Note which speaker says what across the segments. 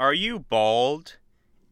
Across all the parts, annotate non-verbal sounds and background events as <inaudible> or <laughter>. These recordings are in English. Speaker 1: Are you bald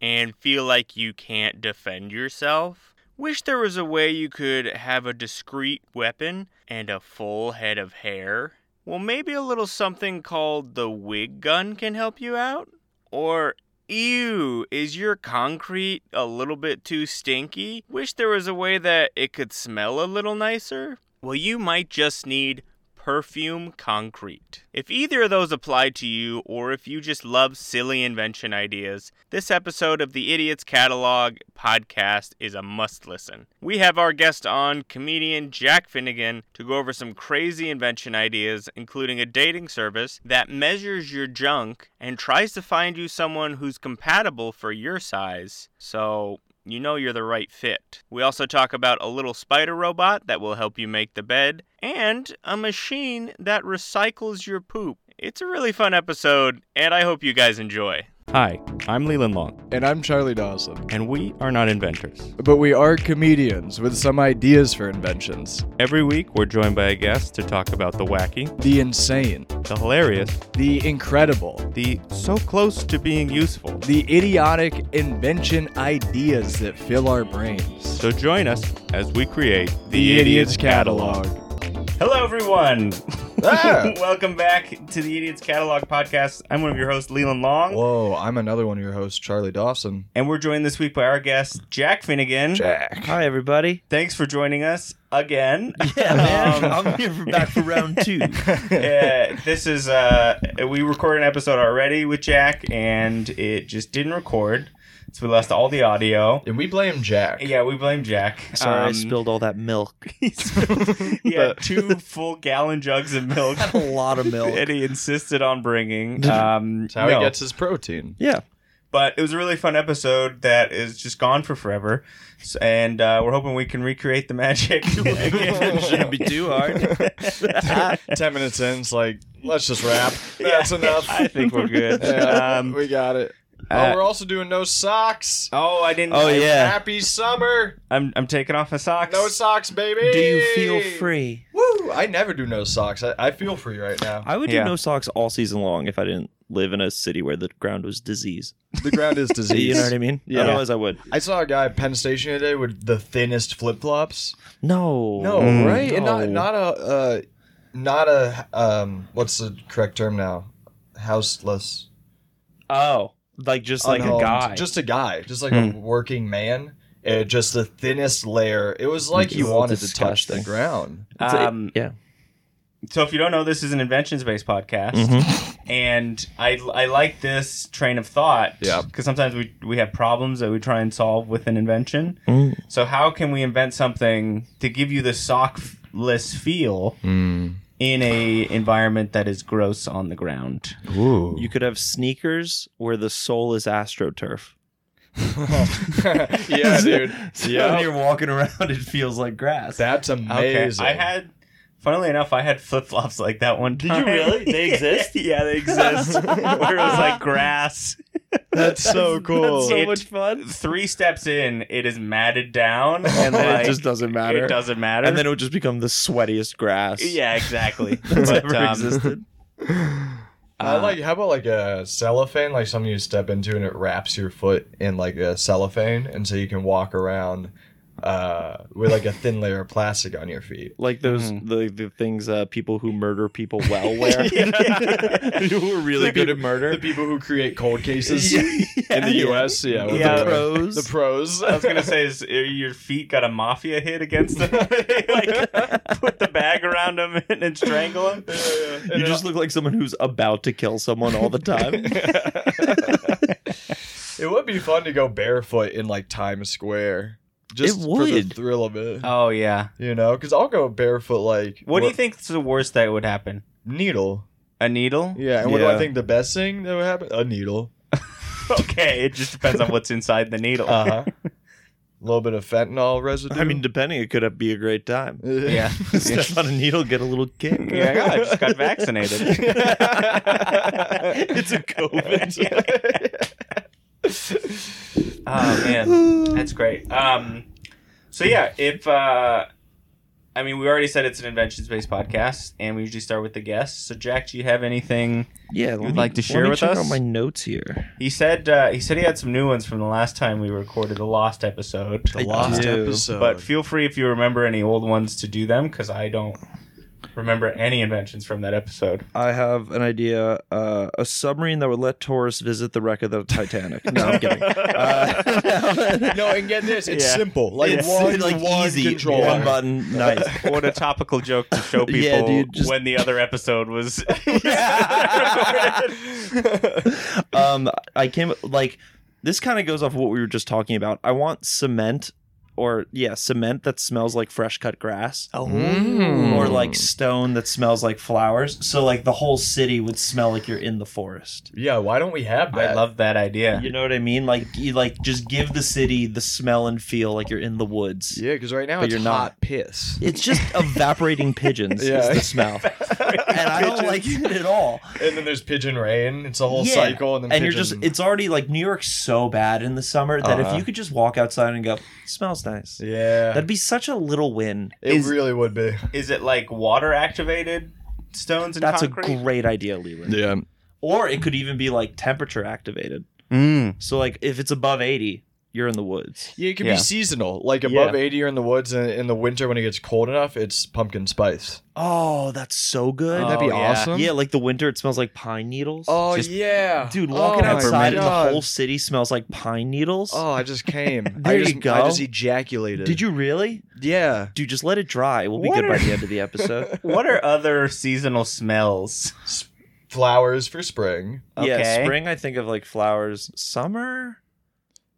Speaker 1: and feel like you can't defend yourself? Wish there was a way you could have a discreet weapon and a full head of hair? Well, maybe a little something called the wig gun can help you out? Or, ew, is your concrete a little bit too stinky? Wish there was a way that it could smell a little nicer? Well, you might just need perfume concrete. If either of those apply to you, or if you just love silly invention ideas, this episode of the Idiots Catalog podcast is a must listen. We have our guest on, comedian Jack Finnegan, to go over some crazy invention ideas, including a dating service that measures your junk and tries to find you someone who's compatible for your size. So, you know you're the right fit. We also talk about a little spider robot that will help you make the bed and a machine that recycles your poop. It's a really fun episode, and I hope you guys enjoy. Hi, I'm Leland Long,
Speaker 2: And I'm Charlie Dawson.
Speaker 1: and we are not inventors.
Speaker 2: But we are comedians with some ideas for inventions.
Speaker 1: Every week, we're joined by a guest to talk about the wacky,
Speaker 2: The insane,
Speaker 1: the hilarious,
Speaker 2: the incredible,
Speaker 1: the so close to being useful.
Speaker 2: the idiotic invention ideas that fill our brains.
Speaker 1: So join us as we create Hello, everyone.
Speaker 2: Ah.
Speaker 1: <laughs>
Speaker 2: <laughs>
Speaker 1: Welcome back to the Idiot's Catalog podcast. I'm one of your hosts, Leland Long.
Speaker 2: Whoa, I'm another one of your hosts, Charlie Dawson.
Speaker 1: And we're joined this week by our guest, Jack Finnegan.
Speaker 2: Jack. <laughs>
Speaker 3: Hi, everybody.
Speaker 1: Thanks for joining us again.
Speaker 3: Yeah, man.
Speaker 1: Um,
Speaker 3: I'm here for back for round
Speaker 1: <laughs>
Speaker 3: two.
Speaker 1: yeah, this is uh, we recorded an episode already with Jack, and it just didn't record, so we lost all the audio.
Speaker 2: And we blame Jack.
Speaker 1: Yeah, we blame Jack.
Speaker 3: <laughs> Sorry, I
Speaker 1: Um, <laughs>
Speaker 3: spilled all that <laughs> milk.
Speaker 1: yeah, two full gallon jugs of milk
Speaker 3: Had a lot of <laughs> milk.
Speaker 1: that he insisted on bringing. Um,
Speaker 2: That's how
Speaker 1: no.
Speaker 2: he gets his protein.
Speaker 3: Yeah.
Speaker 1: but it was a really fun episode that is just gone for forever S- and uh, we're hoping we can recreate the
Speaker 3: <laughs>
Speaker 1: magic <laughs> again.
Speaker 2: Shouldn't be
Speaker 3: too hard.
Speaker 2: <laughs>
Speaker 3: <laughs>
Speaker 2: Ten minutes in, it's like, let's just <laughs> wrap. That's enough.
Speaker 1: i think we're good
Speaker 2: <laughs> Yeah,
Speaker 1: um,
Speaker 2: we got it.
Speaker 1: uh,
Speaker 2: oh, we're also doing no socks.
Speaker 1: oh i didn't
Speaker 3: Oh, yeah.
Speaker 2: Happy summer.
Speaker 1: I'm, I'm taking off my socks
Speaker 2: No socks, baby.
Speaker 3: Do you feel free?
Speaker 2: Woo! I never do no socks. I, I feel free right
Speaker 3: <laughs>
Speaker 2: now.
Speaker 3: I would do
Speaker 1: Yeah.
Speaker 3: no socks all season long if I didn't live in a city where the ground was disease.
Speaker 2: The ground is diseased.
Speaker 3: <laughs> You know what I mean?
Speaker 2: Yeah.
Speaker 3: Otherwise, I would.
Speaker 2: I saw a guy at Penn Station today with the thinnest flip flops.
Speaker 3: No.
Speaker 2: No,
Speaker 1: Mm.
Speaker 2: right? And not
Speaker 3: No.
Speaker 2: not a uh, not a um. What's the correct term now? Houseless.
Speaker 3: Oh, like just like
Speaker 2: Unhomed.
Speaker 3: a guy. Hmm.
Speaker 2: Just a guy. Just like a working man. Uh, just the thinnest layer. It was like he
Speaker 3: Ew,
Speaker 2: wanted to touch
Speaker 3: disgusting.
Speaker 2: the ground.
Speaker 3: It's a-
Speaker 1: Um,
Speaker 3: yeah.
Speaker 1: so if you don't know this is an inventions based podcast
Speaker 3: Mm-hmm.
Speaker 1: and I, I like this train of thought
Speaker 2: Yeah.
Speaker 1: because sometimes we, we have problems that we try and solve with an invention
Speaker 3: Mm.
Speaker 1: so how can we invent something to give you the sockless feel
Speaker 3: Mm.
Speaker 1: in a environment that is gross on the ground
Speaker 2: Ooh.
Speaker 3: You could have sneakers where the sole is astroturf.
Speaker 2: <laughs> yeah, dude.
Speaker 3: <laughs> So
Speaker 2: Yeah.
Speaker 3: when you're walking around, it feels like grass.
Speaker 2: That's amazing.
Speaker 1: I had, funnily enough, I had flip flops like that one
Speaker 3: you
Speaker 1: time.
Speaker 3: really? They
Speaker 1: <laughs>
Speaker 3: exist?
Speaker 1: yeah, they
Speaker 3: <laughs>
Speaker 1: exist. Where it was like grass.
Speaker 2: That's so cool.
Speaker 3: That's so
Speaker 1: It-
Speaker 3: much fun.
Speaker 1: Three steps in, it is matted down, and then
Speaker 3: <laughs> it just doesn't matter.
Speaker 1: It doesn't matter.
Speaker 3: and then it would just become the sweatiest
Speaker 1: <laughs>
Speaker 3: grass.
Speaker 1: yeah,
Speaker 3: <laughs>
Speaker 1: exactly.
Speaker 3: that's
Speaker 1: But,
Speaker 3: ever
Speaker 1: um,
Speaker 3: existed.
Speaker 1: Uh,
Speaker 2: I like how about like a cellophane, like something you step into and it wraps your foot in like a cellophane, and so you can walk around uh, with like a thin layer of plastic on your feet.
Speaker 3: Like those the, the things uh, people who murder people well wear. people <laughs> who are really good at
Speaker 2: The
Speaker 3: murder.
Speaker 2: people who create cold <laughs>
Speaker 3: <laughs>
Speaker 2: cases in
Speaker 3: in
Speaker 2: the U.S. Yeah, with
Speaker 1: Yeah.
Speaker 2: the,
Speaker 3: The
Speaker 2: pros.
Speaker 3: pros.
Speaker 2: The pros.
Speaker 1: I was gonna
Speaker 2: <laughs>
Speaker 1: say, is are your feet got a mafia hit against
Speaker 3: <laughs>
Speaker 1: them? They, like put the bag around them and, and strangle them.
Speaker 3: you just look like someone who's about to kill someone all the time.
Speaker 1: <laughs>
Speaker 2: it would be fun to go barefoot in like Times Square, just for the
Speaker 3: would.
Speaker 2: thrill of it.
Speaker 1: Oh yeah.
Speaker 2: You know, because I'll go barefoot like
Speaker 1: What do you think's the worst that would happen?
Speaker 2: Needle.
Speaker 1: A needle?
Speaker 2: Yeah, and what do I
Speaker 3: Yeah.
Speaker 2: think the best thing that would happen? A needle.
Speaker 1: Okay, it just depends on what's inside the needle.
Speaker 2: Uh huh. <laughs> a little bit of fentanyl residue.
Speaker 3: I
Speaker 2: <laughs>
Speaker 3: mean, depending, it could be a great time. <laughs>
Speaker 1: yeah.
Speaker 3: Step on a needle, get a little kick.
Speaker 1: Yeah, God, I just got vaccinated.
Speaker 3: <laughs> it's a
Speaker 1: <laughs>
Speaker 3: COVID. <laughs>
Speaker 1: Oh man, that's great. Um, so yeah, if uh, I mean, we already said it's an inventions based podcast, and we usually start with the guests. So, Jack, do you have anything?
Speaker 3: Yeah, let
Speaker 1: would
Speaker 3: me-
Speaker 1: like to
Speaker 3: let
Speaker 1: share
Speaker 3: me
Speaker 1: with
Speaker 3: check
Speaker 1: us?
Speaker 3: out my notes here.
Speaker 1: He said uh, he said he had some new ones from the last time we recorded the Lost episode.
Speaker 3: I
Speaker 2: Lost
Speaker 3: do.
Speaker 2: episode.
Speaker 1: But feel free if you remember any old ones to do them, because I don't remember any inventions from that <laughs> episode.
Speaker 3: I have an idea: uh, a submarine that would let tourists visit the wreck of the Titanic. No,
Speaker 1: <laughs>
Speaker 3: I'm <laughs> kidding. Uh,
Speaker 2: no, and get this, it's
Speaker 1: Yeah.
Speaker 2: simple. Like
Speaker 1: It's
Speaker 2: one,
Speaker 4: like
Speaker 2: one
Speaker 4: easy.
Speaker 2: controller.
Speaker 3: One button, nice.
Speaker 1: <laughs> what a topical joke to show people
Speaker 3: <laughs> Yeah, dude, just-
Speaker 1: when the other episode
Speaker 3: <laughs>
Speaker 1: was. <laughs>
Speaker 3: Yeah.
Speaker 1: recorded.
Speaker 3: um i came like this kind of goes off of what we were just talking about i want cement or yeah cement that smells like fresh cut grass
Speaker 4: Oh.
Speaker 3: or like
Speaker 2: Hmm.
Speaker 3: stone that smells like flowers so like the whole city would smell like you're in the forest
Speaker 2: Yeah, why don't we have that?
Speaker 1: I love that idea.
Speaker 3: you know what i mean like you like just give the city the smell and feel like you're in the woods
Speaker 2: Yeah, because right now
Speaker 3: But
Speaker 2: it's
Speaker 3: you're not.
Speaker 2: hot piss. <laughs>
Speaker 3: it's just evaporating pigeons
Speaker 2: Yeah.
Speaker 3: is
Speaker 2: <laughs>
Speaker 3: the smell and i don't like it at all
Speaker 2: And then there's pigeon rain. It's a whole
Speaker 3: Yeah.
Speaker 2: cycle, and then
Speaker 3: and you're
Speaker 2: pigeon...
Speaker 3: just it's already like new york's so bad in the summer that
Speaker 2: Uh-huh.
Speaker 3: if you could just walk outside and go smells nice
Speaker 2: yeah,
Speaker 3: That'd be such a little win.
Speaker 2: it
Speaker 1: is-
Speaker 2: really would be.
Speaker 1: Is it like water activated stones and
Speaker 3: That's
Speaker 1: concrete?
Speaker 3: a great idea, Leland.
Speaker 2: Yeah,
Speaker 3: Or it could even be like temperature activated.
Speaker 1: Mm.
Speaker 3: So like if it's above 80, you're in the woods.
Speaker 2: yeah, it could
Speaker 1: Yeah.
Speaker 2: be seasonal. Like
Speaker 3: Yeah.
Speaker 2: above eighty or in the woods, and in the winter when it gets cold enough, it's pumpkin spice.
Speaker 3: Oh, that's so good.
Speaker 2: Wouldn't that be
Speaker 1: Oh, yeah.
Speaker 2: awesome?
Speaker 3: yeah, like the winter it smells like pine needles.
Speaker 2: Oh
Speaker 1: Just-
Speaker 2: yeah,
Speaker 3: Dude, walking
Speaker 2: Oh, my
Speaker 3: outside and
Speaker 2: God.
Speaker 3: the whole city smells like pine needles.
Speaker 2: Oh, I just
Speaker 3: <laughs>
Speaker 2: came.
Speaker 3: There
Speaker 2: I
Speaker 3: you
Speaker 2: just, I
Speaker 3: go.
Speaker 2: just ejaculated.
Speaker 3: Did you really?
Speaker 2: Yeah.
Speaker 3: Dude, just let it dry. We'll be
Speaker 1: What
Speaker 3: good by
Speaker 1: are-
Speaker 3: the end of
Speaker 1: <laughs>
Speaker 3: the episode.
Speaker 1: What are other seasonal smells?
Speaker 2: Flowers for spring.
Speaker 3: Yeah,
Speaker 1: Okay.
Speaker 3: spring I think of like flowers. Summer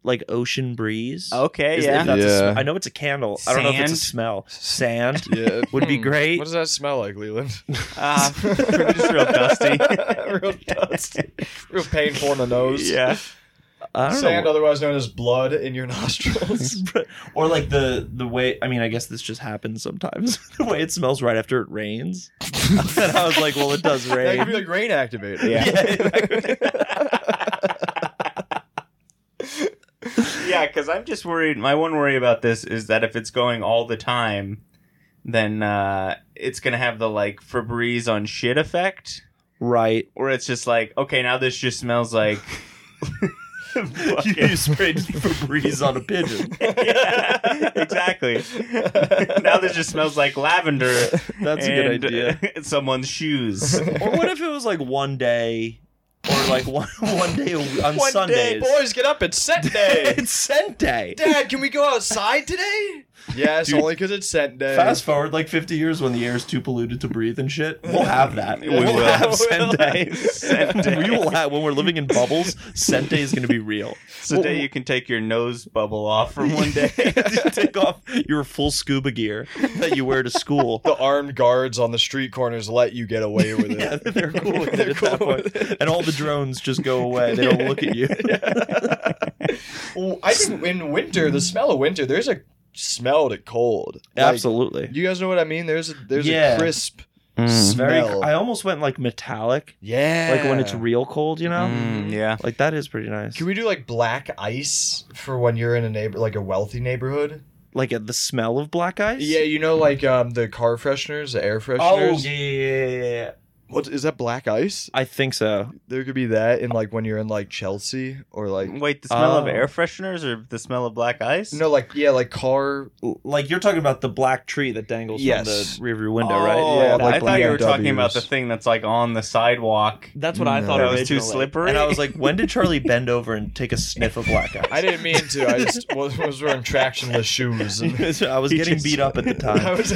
Speaker 3: like ocean breeze.
Speaker 1: Okay,
Speaker 3: Is-
Speaker 1: yeah.
Speaker 3: if that's a
Speaker 2: Yeah.
Speaker 3: sm- I know it's a candle. I don't know if it's a
Speaker 1: Sand?
Speaker 3: smell. Sand.
Speaker 2: Yeah.
Speaker 3: <laughs> Would be great.
Speaker 2: Hmm. What does that smell like, Leland?
Speaker 3: <laughs>
Speaker 2: <laughs>
Speaker 1: <laughs> Uh, just real dusty. <laughs>
Speaker 2: Real dusty. Real painful in the nose.
Speaker 1: yeah.
Speaker 3: I don't
Speaker 2: Sand,
Speaker 3: <laughs> know.
Speaker 2: otherwise known as blood, in your <laughs> nostrils.
Speaker 3: or like the the way I mean I guess this just happens sometimes <laughs> the way it smells right after it rains <laughs> and I was like well it does
Speaker 2: that could
Speaker 3: rain
Speaker 2: be like rain activated. <laughs>
Speaker 3: <laughs>
Speaker 1: Yeah. <laughs> Yeah, because I'm just worried. My one worry about this is that if it's going all the time, then uh, it's going to have the like Febreze on shit effect,
Speaker 3: <laughs> right
Speaker 1: where it's just like, okay, now this just smells like.
Speaker 3: <laughs> you sprayed <laughs> Febreze on a pigeon
Speaker 1: <laughs> yeah, exactly. <laughs> now this just smells like lavender.
Speaker 3: that's a good
Speaker 1: and,
Speaker 3: idea
Speaker 1: uh, <laughs> someone's
Speaker 3: <laughs>
Speaker 1: shoes.
Speaker 3: or what if it was like one day or like <laughs> one one day a week, on
Speaker 2: One day,
Speaker 3: Sundays
Speaker 2: boys, get up. It's set
Speaker 3: <laughs>
Speaker 2: day.
Speaker 3: it's scent day
Speaker 2: Dad, can we go outside today? Yes,
Speaker 3: Dude.
Speaker 2: only because it's set day.
Speaker 3: Fast forward like 50 years when the air is too polluted to breathe and shit. We'll have that.
Speaker 1: We
Speaker 3: will
Speaker 1: will.
Speaker 3: have scent day. <laughs>
Speaker 1: Scent day.
Speaker 3: We will have, when we're living in bubbles, scent day is going to be real.
Speaker 1: It's the day you can take your nose bubble off from one
Speaker 3: <laughs>
Speaker 1: day.
Speaker 3: Just Take off your full scuba gear that you wear
Speaker 2: <laughs>
Speaker 3: to school.
Speaker 2: The armed guards on the street corners let you get away
Speaker 3: <laughs>
Speaker 2: with
Speaker 3: Yeah,
Speaker 2: it.
Speaker 1: <laughs>
Speaker 3: they're cool with it
Speaker 2: They're
Speaker 3: at
Speaker 2: cool
Speaker 3: that point.
Speaker 2: with
Speaker 3: <laughs>
Speaker 2: it.
Speaker 3: And all the drones just go away. They don't look at you.
Speaker 1: Mm. <laughs>
Speaker 2: Well, I think in winter, the smell of winter, there's a smell to cold. Like,
Speaker 3: Absolutely.
Speaker 2: You guys know what I mean? There's a there's
Speaker 3: Yeah.
Speaker 2: a crisp
Speaker 1: Mm,
Speaker 3: It's Very,
Speaker 2: smell.
Speaker 3: I almost went like metallic,
Speaker 2: yeah.
Speaker 3: like when it's real cold, you know?
Speaker 1: Mm, yeah.
Speaker 3: Like that is pretty nice.
Speaker 2: Can we do like black ice for when you're in a neighbor like a wealthy neighborhood?
Speaker 3: like at the smell of black ice?
Speaker 2: Yeah, you know like um the car fresheners, the air
Speaker 3: Oh,
Speaker 2: fresheners.
Speaker 3: yeah, yeah, yeah, yeah, yeah.
Speaker 2: What is that black ice?
Speaker 3: I think so.
Speaker 2: There could be that in like when you're in like Chelsea or like
Speaker 1: Wait, the smell of
Speaker 3: Oh.
Speaker 1: air fresheners or the smell of black ice?
Speaker 2: No like yeah, like car
Speaker 3: Like you're talking about the black tree that dangles
Speaker 2: Yes.
Speaker 3: from the rearview window,
Speaker 1: oh,
Speaker 3: right?
Speaker 2: Yeah, like
Speaker 1: I thought you were talking about the
Speaker 2: BMWs.
Speaker 1: thing that's like on the sidewalk.
Speaker 4: That's what I
Speaker 2: No.
Speaker 4: thought.
Speaker 1: That was too
Speaker 4: originally.
Speaker 1: slippery.
Speaker 3: And I was like, when <laughs> did Charlie bend over and take a sniff of black ice?
Speaker 2: I didn't mean to. I <laughs> just was, was wearing tractionless <laughs> shoes. And
Speaker 3: <laughs> I was
Speaker 1: He
Speaker 3: getting
Speaker 1: just-
Speaker 3: beat up at the
Speaker 2: I
Speaker 3: time. <laughs>
Speaker 2: was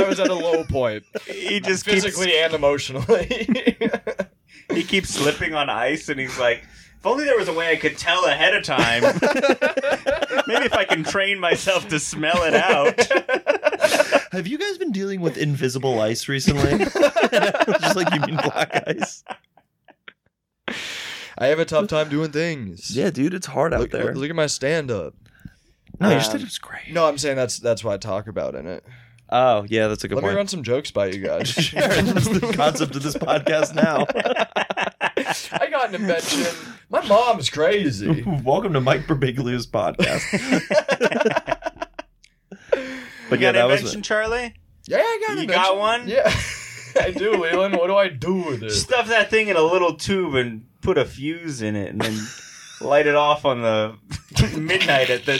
Speaker 2: <laughs> I was at a low point,
Speaker 1: he just
Speaker 2: physically and emotionally.
Speaker 1: keeps he keeps slipping on ice, and he's like, if only there was a way I could tell ahead of time. Maybe if I can train myself to smell it <laughs> out.
Speaker 3: Have you guys been dealing with invisible ice recently? <laughs> And I was just like, you mean black ice?
Speaker 2: <laughs> I have a tough time doing things.
Speaker 3: Yeah, dude, it's hard out
Speaker 2: Look,
Speaker 3: there.
Speaker 2: look at my stand up.
Speaker 3: no, your
Speaker 1: Um,
Speaker 3: stand up's great.
Speaker 2: No, I'm saying that's that's what I talk about in it.
Speaker 3: Oh, yeah, that's a good
Speaker 2: Let me
Speaker 3: point.
Speaker 2: run some jokes by you <laughs> guys.
Speaker 3: <laughs> Sure, that's the concept of this podcast now. <laughs>
Speaker 2: I got an invention. My mom's
Speaker 3: <laughs>
Speaker 2: crazy.
Speaker 3: Welcome to Mike Birbiglia's podcast. <laughs> But
Speaker 1: you
Speaker 3: yeah,
Speaker 1: got
Speaker 3: that
Speaker 1: an
Speaker 3: was
Speaker 1: invention, Charlie?
Speaker 2: Yeah, I got
Speaker 1: You
Speaker 2: an
Speaker 1: got
Speaker 2: invention.
Speaker 1: one?
Speaker 2: Yeah. <laughs> I do, Leland. What do I do with <laughs> it?
Speaker 1: Stuff that thing in a little tube and put a fuse in it and then light it off on the <laughs> midnight at the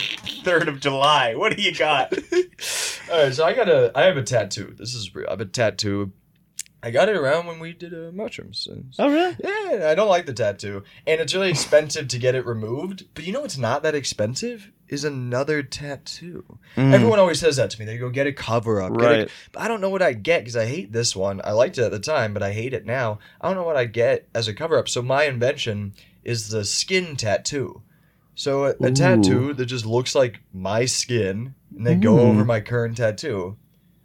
Speaker 1: 3rd of July. What do you got?
Speaker 2: All right, so I got a. I have a tattoo. This is real. I have a tattoo. I got it around when we did uh, mushrooms. And-
Speaker 3: Oh really?
Speaker 2: Yeah, I don't like the tattoo, and it's really expensive to get it removed. But you know what's not that expensive is another tattoo.
Speaker 3: Mm.
Speaker 2: Everyone always says that to me. They go get a cover up, get a-
Speaker 3: Hmm. Right.
Speaker 2: but I don't know what I get because I hate this one. I liked it at the time, but I hate it now. I don't know what I get as a cover up. So my invention is the skin tattoo. So a, a
Speaker 3: Ooh.
Speaker 2: tattoo that just looks like my skin, and then go
Speaker 3: Ooh.
Speaker 2: over my current tattoo.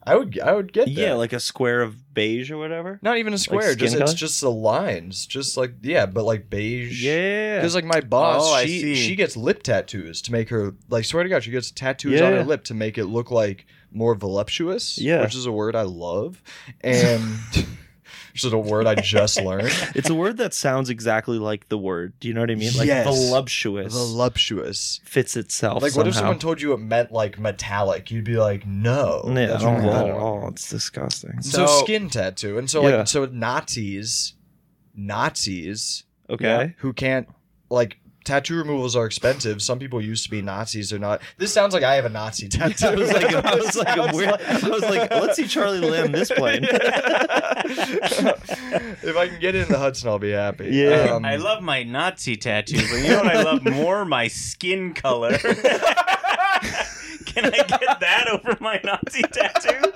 Speaker 2: I would I would get that.
Speaker 3: Hmm. Yeah, like a square of beige or whatever.
Speaker 2: not even a square.
Speaker 3: skin
Speaker 2: just it's
Speaker 3: color?
Speaker 2: just the lines, just like yeah, but like beige.
Speaker 3: Yeah.
Speaker 2: Because like my boss,
Speaker 1: Oh, I see.
Speaker 2: she she gets lip tattoos to make her like swear to God, she gets tattoos on her
Speaker 3: Yeah.
Speaker 2: lip to make it look like more voluptuous.
Speaker 3: Yeah.
Speaker 2: which is a word I love, and
Speaker 3: <laughs>
Speaker 2: which is a word I just
Speaker 1: <laughs>
Speaker 2: learned.
Speaker 3: It's a word that sounds exactly like the word. Do you know what I mean? Like
Speaker 2: Yes.
Speaker 3: voluptuous
Speaker 2: Voluptuous.
Speaker 3: fits itself.
Speaker 2: Like, what if
Speaker 3: somehow.
Speaker 2: someone told you it meant like metallic? You'd be like, no,
Speaker 3: Yeah, I
Speaker 2: that's
Speaker 3: don't
Speaker 2: not
Speaker 3: want
Speaker 2: what I
Speaker 3: that at
Speaker 2: want.
Speaker 3: all. It's disgusting.
Speaker 2: And So,
Speaker 1: So-
Speaker 2: skin tattoo, and so
Speaker 3: Yeah.
Speaker 2: like so Nazis, Nazis
Speaker 3: Okay.
Speaker 2: who can't like tattoo removals are expensive. Some people used to be Nazis. They're not. This sounds like I have a Nazi <laughs> tattoo.
Speaker 3: <laughs> I was like, I
Speaker 2: This
Speaker 3: was like,
Speaker 2: sounds
Speaker 3: a weird, I was like, <laughs> let's see Charlie land this <laughs>
Speaker 1: <laughs>
Speaker 3: plane.
Speaker 2: if I can get it in the Hudson, I'll be happy. Um,
Speaker 3: Yeah.
Speaker 1: I love my Nazi tattoo, but you know what I love more? My skin color. <laughs> Can I get that over my Nazi tattoo?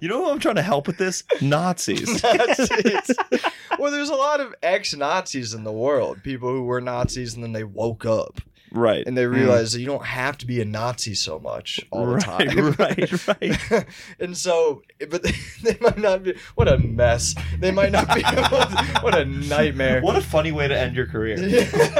Speaker 3: you know who I'm trying to help with <laughs> this? Nazis.
Speaker 2: Nazis. well, there's a lot of ex-Nazis in the world. People who were Nazis and then they woke up
Speaker 3: right.
Speaker 2: and they realized that you don't have to be a Nazi so much all the
Speaker 3: Hmm. right,
Speaker 2: time.
Speaker 3: <laughs> Right. Right.
Speaker 2: <laughs> and so, but they <laughs> might not be. What a mess! They might not be. able to- what a nightmare! <laughs>
Speaker 3: What a funny way to end your career. <laughs>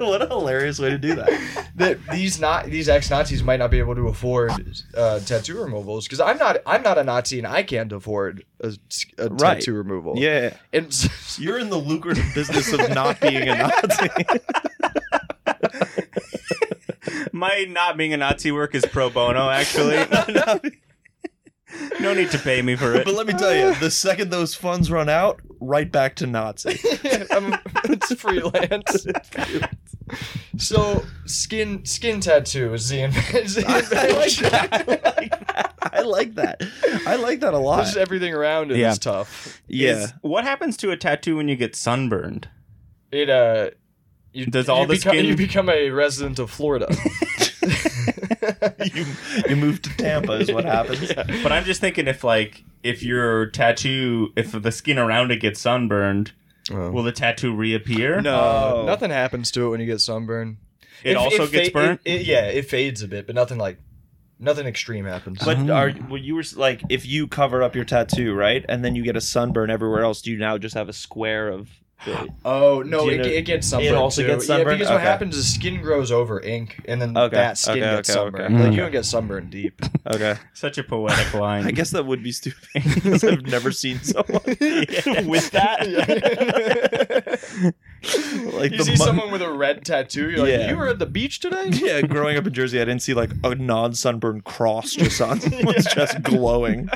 Speaker 3: what a hilarious way to do that.
Speaker 2: that these not these ex Nazis might not be able to afford uh, tattoo removals because I'm not I'm not a Nazi and I can't afford a, s- a
Speaker 3: Right.
Speaker 2: tattoo removal.
Speaker 3: Yeah.
Speaker 2: and <laughs> so,
Speaker 3: You're in the lucrative business of not being a <laughs> Nazi.
Speaker 1: My not being a Nazi work is pro bono,
Speaker 3: <laughs>
Speaker 1: actually. No need to pay me for it.
Speaker 3: But let me tell you, the second those funds run out, right back to <laughs> Nazi.
Speaker 2: I'm- it's freelance. so skin skin tattoo is the invention. <laughs> Is the invention.
Speaker 3: I like that. I like that a lot.
Speaker 2: Just everything around it is
Speaker 1: Yeah.
Speaker 2: tough.
Speaker 3: Yeah.
Speaker 1: Is- what happens to a tattoo when you get sunburned?
Speaker 2: It uh, you,
Speaker 1: Does all
Speaker 2: you
Speaker 1: the
Speaker 2: become,
Speaker 1: skin-
Speaker 2: you become a resident of Florida? <laughs>
Speaker 3: You, you move to Tampa is what <laughs> happens.
Speaker 1: But I'm just thinking if like if your tattoo if the skin around it gets sunburned, will the tattoo reappear?
Speaker 2: No,
Speaker 3: Oh.
Speaker 2: uh, nothing happens to it when you get sunburned.
Speaker 1: It
Speaker 2: If-
Speaker 1: also
Speaker 2: it
Speaker 1: gets
Speaker 2: fa-
Speaker 1: burnt.
Speaker 2: it- it- yeah, it fades a bit, but nothing like nothing extreme happens.
Speaker 3: But are well, you were s- like if you cover up your tattoo right, and then you get a sunburn everywhere else, do you now just have a square of?
Speaker 2: <laughs>
Speaker 3: The,
Speaker 2: oh no,
Speaker 3: Do you
Speaker 2: it,
Speaker 3: know-
Speaker 2: it gets sunburned.
Speaker 3: it also
Speaker 2: too.
Speaker 3: gets
Speaker 2: Yeah,
Speaker 3: sunburned?
Speaker 2: because what
Speaker 3: Okay.
Speaker 2: happens is skin grows over ink, and then
Speaker 3: Okay,
Speaker 2: that skin
Speaker 3: okay,
Speaker 2: gets
Speaker 3: okay, okay. Hmm.
Speaker 2: sunburned. Like you don't get sunburned
Speaker 3: <laughs>
Speaker 2: deep. <laughs>
Speaker 3: okay,
Speaker 1: Such a poetic line.
Speaker 3: I guess <laughs> that would be stupid because I've never seen
Speaker 2: <laughs>
Speaker 3: someone <laughs>
Speaker 1: With that,
Speaker 3: like
Speaker 2: you
Speaker 3: the
Speaker 2: see
Speaker 3: mon-
Speaker 2: someone with a red tattoo. You're like,
Speaker 3: Yeah.
Speaker 2: you were at the beach today. <laughs>
Speaker 3: <laughs> Yeah, growing up in Jersey, I didn't see like a non-sunburned cross just on <laughs> someone's
Speaker 2: <laughs>
Speaker 3: chest glowing.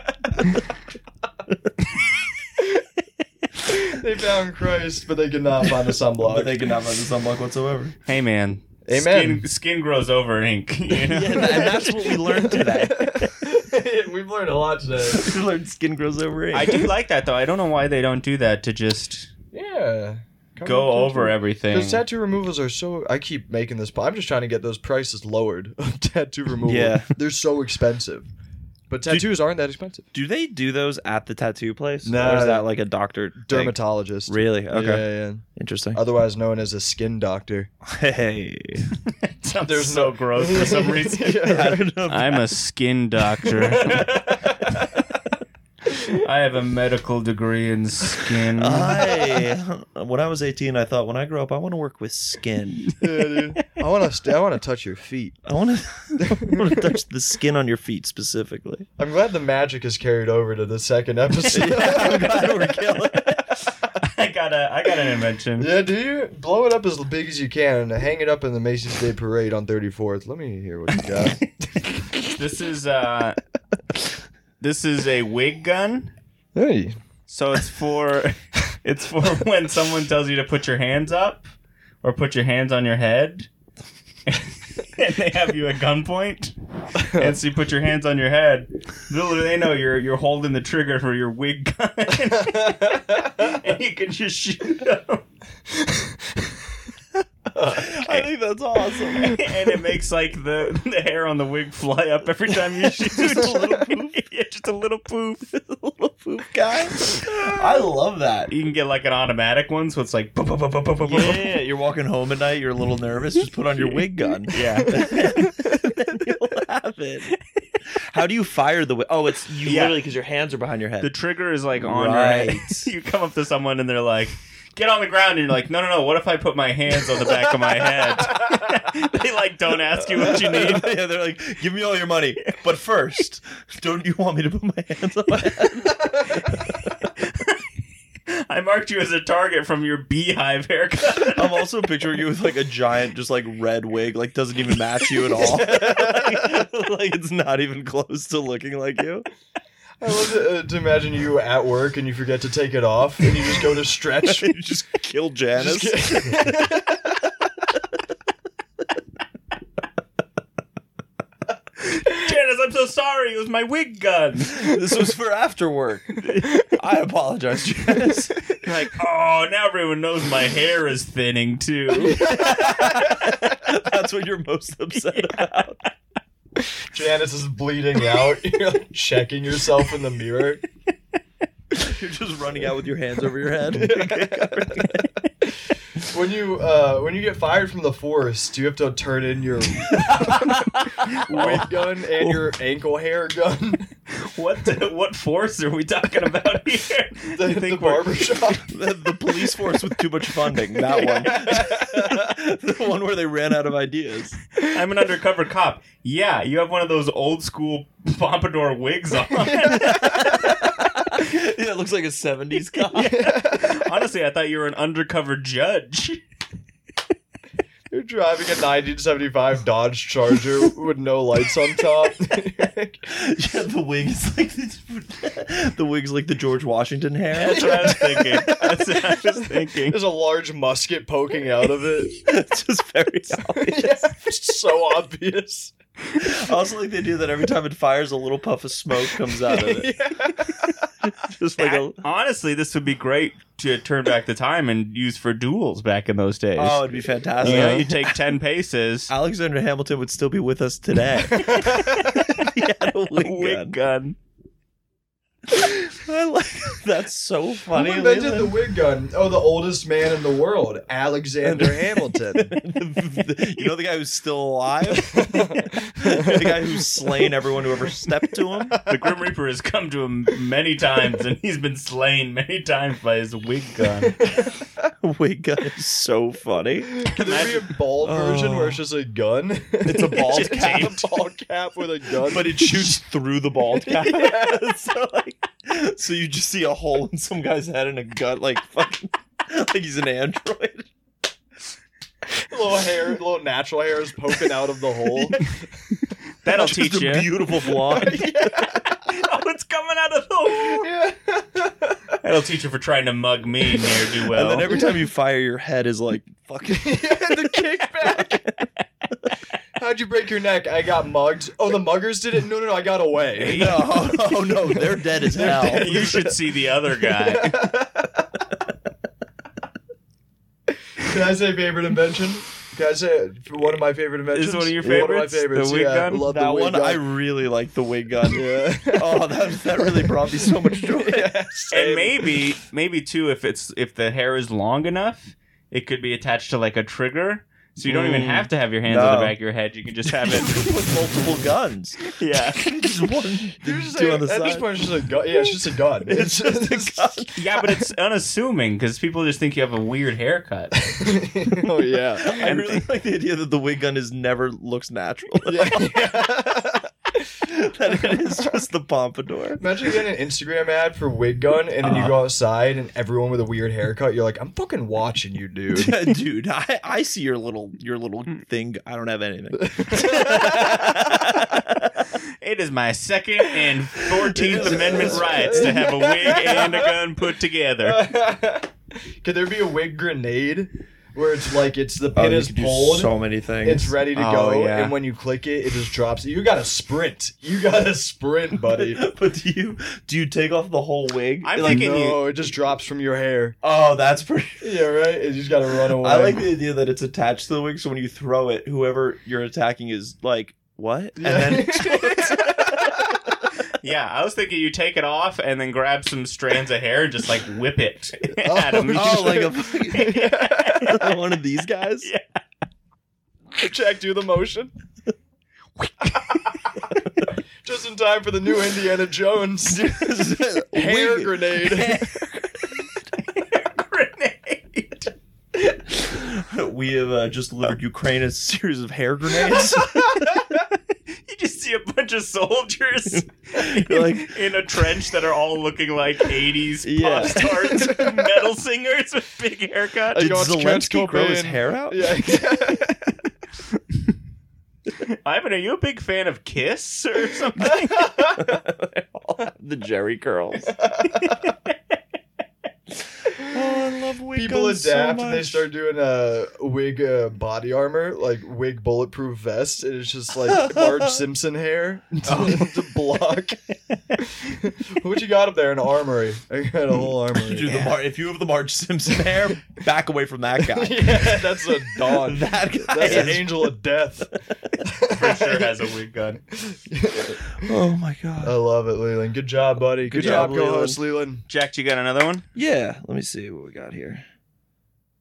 Speaker 2: they found Christ, but they could not find a sunblock.
Speaker 3: But they could not find the sunblock whatsoever. <laughs>
Speaker 1: hey man,
Speaker 2: Amen.
Speaker 1: Skin, skin grows over ink. <laughs> You know?
Speaker 3: and that's what we learned
Speaker 2: <laughs>
Speaker 3: today.
Speaker 2: We've learned a lot today.
Speaker 3: <laughs> we learned skin grows over ink.
Speaker 1: I do like that though. I don't know why they don't do that to just
Speaker 2: Yeah. Come
Speaker 1: go
Speaker 2: on, tattoo.
Speaker 1: over everything.
Speaker 2: Because tattoo removals are so. I keep making this. po- I'm just trying to get those prices lowered <laughs> of tattoo removal.
Speaker 3: <laughs> Yeah.
Speaker 2: They're so expensive. But tattoos aren't that expensive.
Speaker 3: Do they do those at the tattoo place?
Speaker 2: No.
Speaker 3: Or is that like a doctor? thing?
Speaker 2: Dermatologist.
Speaker 3: Really? Okay.
Speaker 2: Yeah, yeah.
Speaker 3: Interesting.
Speaker 2: Otherwise known as a skin doctor.
Speaker 3: <laughs> Hey.
Speaker 1: <laughs> It sounds
Speaker 2: There's
Speaker 1: so
Speaker 2: no-
Speaker 1: gross
Speaker 2: <laughs>
Speaker 1: for some reason.
Speaker 3: I don't know.
Speaker 1: I'm a skin
Speaker 2: <laughs>
Speaker 1: doctor. I have a medical degree in skin.
Speaker 3: <laughs>
Speaker 2: Uh.
Speaker 3: I when I was 18, I thought when I grow up, I want to work with skin.
Speaker 2: Yeah, dude. I want to. St- I want to touch your feet.
Speaker 3: I want to, <laughs> I want to touch the skin on your feet <laughs> specifically.
Speaker 2: I'm glad the magic is carried over to the
Speaker 3: <laughs>
Speaker 2: second episode.
Speaker 3: I'm
Speaker 2: <laughs>
Speaker 3: glad we're killing.
Speaker 1: <laughs>
Speaker 3: <laughs>
Speaker 1: I got a I got an invention.
Speaker 2: Yeah, do you blow it up as big as you can and hang it up in the Macy's Day Parade on 34th? Let me hear what you got.
Speaker 1: This is uh, this is a wig gun.
Speaker 2: Hey.
Speaker 1: So it's
Speaker 2: <laughs>
Speaker 1: for it's <laughs> for when someone tells you to put your hands up or put your hands on your head. <laughs> and they have you at gunpoint. And so you put your hands on your head. Little do they know you're you're holding the trigger for your wig <laughs> gun.
Speaker 2: <laughs>
Speaker 3: <laughs>
Speaker 1: and you can just shoot them.
Speaker 3: I think that's awesome.
Speaker 1: and it makes like the, the hair on the wig fly up every time you shoot. just a <laughs> little poof. yeah, just a little poof.
Speaker 3: Little poop guy. I love that.
Speaker 1: You can get like an automatic one, so it's like boop, boop, boop, boop, boop, boop, <laughs> boop.
Speaker 3: Yeah, you're walking home at night. You're a little nervous. Just put on your wig gun.
Speaker 1: <laughs>
Speaker 3: <laughs>
Speaker 1: Yeah.
Speaker 3: then you'll have it. How do you fire the wig? Oh, it's you
Speaker 1: Yeah.
Speaker 3: literally because your hands are behind your head.
Speaker 1: The trigger is like on your
Speaker 3: Right.
Speaker 1: head. <laughs> You come up to someone and they're like, get on the ground. And you're like, no, no, no. What if I put my hands on the back of my head? <laughs> they like don't ask you what you
Speaker 3: <laughs>
Speaker 1: need.
Speaker 3: yeah, they're like, give me all your money, but first, don't you want me to put my hands on my head?
Speaker 1: I marked you as a target from your beehive haircut. <laughs>
Speaker 3: I'm also picturing you with like a giant, just like red wig, like doesn't even match you
Speaker 1: <laughs>
Speaker 3: at all. <laughs> like, like, it's not even close to looking like
Speaker 1: <laughs>
Speaker 3: you. <laughs>
Speaker 2: I love to, uh, to imagine you at work and you forget to take it off and you just go to
Speaker 3: <laughs>
Speaker 2: stretch.
Speaker 3: You just kill Janice.
Speaker 2: Just get-
Speaker 1: Janice, I'm so sorry. It was my wig gun.
Speaker 3: this was for after work. I apologize, Janice.
Speaker 1: You're like, oh, now everyone knows my hair is thinning too.
Speaker 3: <laughs>
Speaker 1: <laughs>
Speaker 3: That's what you're most upset about.
Speaker 2: <laughs> Janice is bleeding out. <laughs> You're like checking yourself in the mirror.
Speaker 3: You're just running out with your hands over your head.
Speaker 2: When you uh, when you get fired from the force, do you have to turn in your wig gun and your ankle hair gun? <laughs>
Speaker 1: What what force are we talking about <laughs> here?
Speaker 2: The,
Speaker 1: You
Speaker 2: the
Speaker 1: we're-
Speaker 2: barbershop.
Speaker 3: the, the police force with too much funding. That one. the one <laughs> where they ran out of ideas. <laughs>
Speaker 1: I'm an undercover cop. Yeah, you have one of those old school pompadour wigs
Speaker 2: <laughs>
Speaker 1: on.
Speaker 3: Yeah, it looks like a 70s cop.
Speaker 1: Honestly, I thought you were an undercover judge. <laughs>
Speaker 2: You're driving a 1975 Dodge Charger with no lights on top.
Speaker 3: <laughs>
Speaker 2: <laughs>
Speaker 3: Yeah, the wig is like <laughs> the, the wig's like the George Washington hair.
Speaker 1: <laughs>
Speaker 3: <laughs>
Speaker 1: That's what I was thinking. That's what I was thinking.
Speaker 2: There's a large musket poking out of it.
Speaker 3: <laughs> it's just very obvious.
Speaker 2: It's <laughs> so obvious.
Speaker 3: Also, like they do that every time it fires, a little puff of smoke comes out of
Speaker 2: <laughs>
Speaker 3: it. Just like a,
Speaker 1: Honestly, this would be great to turn back the time and use for duels back in those days.
Speaker 3: oh, it'd be fantastic.
Speaker 1: you know, you take ten
Speaker 3: <laughs>
Speaker 1: paces.
Speaker 3: Alexander Hamilton would still be with
Speaker 2: <laughs>
Speaker 3: us today. he had
Speaker 2: Oh
Speaker 3: a wig,
Speaker 1: Wig gun.
Speaker 3: gun. <laughs> I like, that's so funny.
Speaker 2: Who invented the
Speaker 3: Leland.
Speaker 2: wig gun? Oh, the oldest man in the world,
Speaker 3: <laughs>
Speaker 2: Alexander Hamilton.
Speaker 3: you know the guy who's still
Speaker 2: <laughs>
Speaker 3: alive? <laughs> the guy who's slain everyone who ever stepped
Speaker 2: <laughs>
Speaker 3: to him?
Speaker 1: The Grim Reaper has come to him many times, and he's been slain many times by his wig gun.
Speaker 3: Wig gun is so funny.
Speaker 2: Can there be a bald version where it's just a gun?
Speaker 3: Oh. It's
Speaker 2: <laughs>
Speaker 3: a bald
Speaker 2: It's
Speaker 3: cap,
Speaker 2: a bald cap with a gun. <laughs>
Speaker 3: but it <laughs> shoots through the bald cap. <laughs> so, like, so you just see a hole in some guy's head and a gut, like fucking, like he's an android.
Speaker 2: little hair, little natural hair is poking out of the
Speaker 3: <laughs>
Speaker 2: hole.
Speaker 1: That'll
Speaker 3: Just
Speaker 1: teach
Speaker 3: a
Speaker 1: you.
Speaker 3: Beautiful <laughs>
Speaker 1: <laughs>
Speaker 3: blonde.
Speaker 1: oh, it's coming out of the hole.
Speaker 2: <laughs> Yeah.
Speaker 1: That'll teach you for trying to mug me, ne'er do well.
Speaker 3: And then every time you fire, your head is like <laughs> fucking.
Speaker 2: the kickback.
Speaker 3: <laughs>
Speaker 2: How'd you break your neck? I got mugged. Oh, the muggers did it? No, no, no, I got
Speaker 3: <laughs>
Speaker 2: away.
Speaker 3: No, no, Oh, no, they're dead as hell. <laughs>
Speaker 1: you should see the other guy.
Speaker 2: Can I say favorite invention? Can I say it for one of my favorite inventions?
Speaker 1: This is one of your
Speaker 2: One of my
Speaker 1: favorites? The
Speaker 2: favorites.
Speaker 1: wig
Speaker 2: yeah,
Speaker 1: gun?
Speaker 2: Love the
Speaker 3: that
Speaker 2: wig
Speaker 3: one,
Speaker 2: gun.
Speaker 3: I really like the wig gun. <laughs>
Speaker 2: Yeah.
Speaker 3: Oh, that that really brought me so much <laughs> joy.
Speaker 1: and maybe, maybe too, if it's if the hair is long enough, it could be attached to like a trigger, so you don't even
Speaker 3: Mm.
Speaker 1: have to have your hands
Speaker 3: No.
Speaker 1: on the back of your head. You can just have it.
Speaker 3: <laughs> With multiple guns.
Speaker 1: yeah,
Speaker 3: <laughs> Just one,
Speaker 2: You're just
Speaker 3: two
Speaker 2: like-
Speaker 3: on the
Speaker 2: at
Speaker 3: side.
Speaker 2: this point, it's just a gun. Yeah, it's just a gun.
Speaker 3: <laughs> it's just a gun.
Speaker 1: yeah, but it's unassuming because people just think you have a weird haircut.
Speaker 3: <laughs>
Speaker 2: oh yeah.
Speaker 3: I really like the idea that the wig gun is never looks natural. <laughs> that it is just the
Speaker 2: <laughs>
Speaker 3: pompadour.
Speaker 2: Imagine getting an Instagram ad for wig gun, and then you go outside, and everyone with a weird haircut. You're like, I'm fucking watching you,
Speaker 3: <laughs>
Speaker 2: dude.
Speaker 3: Yeah, Dude, I, I
Speaker 2: Hmm.
Speaker 3: see
Speaker 2: <laughs>
Speaker 3: your little your little thing. I don't have anything.
Speaker 1: It is my second and 14th Amendment rights to have a wig and a gun put together.
Speaker 2: Could there be a wig grenade where it's like it's the
Speaker 3: <laughs> Oh,
Speaker 2: pin
Speaker 3: you
Speaker 2: is
Speaker 3: could do
Speaker 2: pulled,
Speaker 3: so many things.
Speaker 2: it's ready to
Speaker 1: Oh,
Speaker 2: go,
Speaker 1: yeah.
Speaker 2: and when you click it, it just drops. You got to sprint. You got to sprint,
Speaker 3: <laughs>
Speaker 2: buddy.
Speaker 3: <laughs> but do you do you take off the whole wig?
Speaker 1: I'm
Speaker 3: Like,
Speaker 1: thinking you.
Speaker 2: no, it just drops from your hair.
Speaker 3: oh, that's
Speaker 2: <laughs>
Speaker 3: pretty.
Speaker 2: Yeah, right. You just got to run away.
Speaker 3: I
Speaker 2: <laughs>
Speaker 3: like the idea that it's attached to the wig, so when you throw it, whoever you're attacking is like, "What?" <laughs> And
Speaker 1: Yeah, I was thinking you take it off and then grab some strands of hair and just like whip it <laughs> at him.
Speaker 3: then oh,
Speaker 1: <laughs>
Speaker 2: <laughs>
Speaker 3: like a <laughs> fucking- one of these guys. <laughs>
Speaker 1: Yeah.
Speaker 2: Jack do the motion. <laughs> Just in time for the new Indiana Jones
Speaker 3: <laughs>
Speaker 2: hair
Speaker 3: Wig. <laughs>
Speaker 2: grenade. <laughs>
Speaker 1: grenade. <laughs>
Speaker 3: <laughs> we have uh, just delivered Ukraine a series of hair <laughs> grenades.
Speaker 1: You just see a bunch of
Speaker 3: <laughs>
Speaker 1: soldiers in,
Speaker 3: Like-
Speaker 1: in a trench that are all looking like 80s
Speaker 3: Yeah.
Speaker 1: pop
Speaker 3: <laughs>
Speaker 1: stars, metal singers with big haircuts.
Speaker 3: Did
Speaker 2: George
Speaker 3: Zelensky grow his
Speaker 2: Cobain.
Speaker 3: hair out?
Speaker 2: yeah.
Speaker 1: Ivan, are you a big fan of Kiss
Speaker 3: <laughs>
Speaker 1: or something?
Speaker 3: <laughs>
Speaker 1: <laughs>
Speaker 3: the Jerry <laughs> curls. Oh, I <laughs> love wig
Speaker 2: People adapt and they start doing a wig uh, body armor, like wig bulletproof vest, and it's just
Speaker 3: <laughs>
Speaker 2: like Marge Simpson hair <laughs> to,
Speaker 3: Oh.
Speaker 2: to block. <laughs> what you got up there? An armory. I got a
Speaker 3: <laughs>
Speaker 2: whole armory.
Speaker 3: Do the Mar- if you have the Marge Simpson <laughs> hair, back away from that <laughs> guy.
Speaker 2: <laughs> yeah, that's a <laughs> dawn.
Speaker 3: <laughs> that guy.
Speaker 2: That's an
Speaker 3: is-
Speaker 2: angel of death.
Speaker 1: For sure has a wig gun.
Speaker 3: <laughs> oh my god.
Speaker 2: <laughs> I love it, Leland. Good job, buddy. Good,
Speaker 3: Good
Speaker 2: job,
Speaker 3: job,
Speaker 2: co-host Leland.
Speaker 1: Jack, you got another one?
Speaker 3: yeah, let me see what we got here.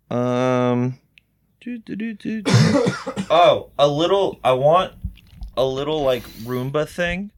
Speaker 3: Um. doo, doo, doo, doo, doo. oh, a little. I want a little like Roomba thing.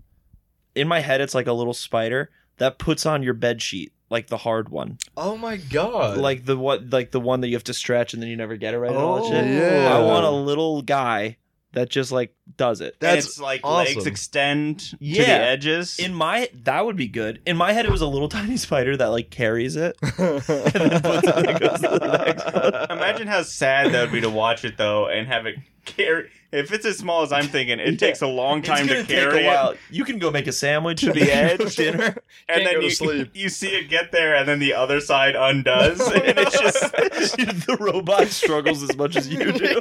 Speaker 3: In my head, it's like a little spider that puts on your bed sheet, like the hard one,
Speaker 2: <laughs> oh my god! <laughs>
Speaker 3: like the what, like the one that you have to stretch and then you never get it right. and all that
Speaker 2: Oh,
Speaker 3: shit.
Speaker 2: yeah.
Speaker 3: I want a little guy that just like does it.
Speaker 1: and
Speaker 2: that's
Speaker 1: it's like legs
Speaker 2: awesome.
Speaker 1: extend to
Speaker 3: Yeah.
Speaker 1: the edges.
Speaker 3: In my that would be good. In my head, it was a little <laughs> tiny spider that like carries it. and then puts it and goes to the next one.
Speaker 1: <laughs>
Speaker 2: <laughs>
Speaker 1: Imagine how sad that would be to watch it though, and have it carry. If it's as small as I'm thinking, it
Speaker 3: <laughs> Yeah.
Speaker 1: takes a long time
Speaker 3: It's
Speaker 1: to
Speaker 3: gonna
Speaker 1: carry
Speaker 3: take a
Speaker 1: it.
Speaker 3: while. You can go make a sandwich
Speaker 1: To
Speaker 2: <laughs>
Speaker 1: the edge.
Speaker 3: <laughs> dinner.
Speaker 1: and
Speaker 2: Can't
Speaker 1: then
Speaker 2: go to
Speaker 1: you,
Speaker 2: sleep.
Speaker 1: <laughs> you see it get there, and then the other side undoes, and it's just
Speaker 3: <laughs> the robot struggles as much
Speaker 2: <laughs>
Speaker 3: as you do.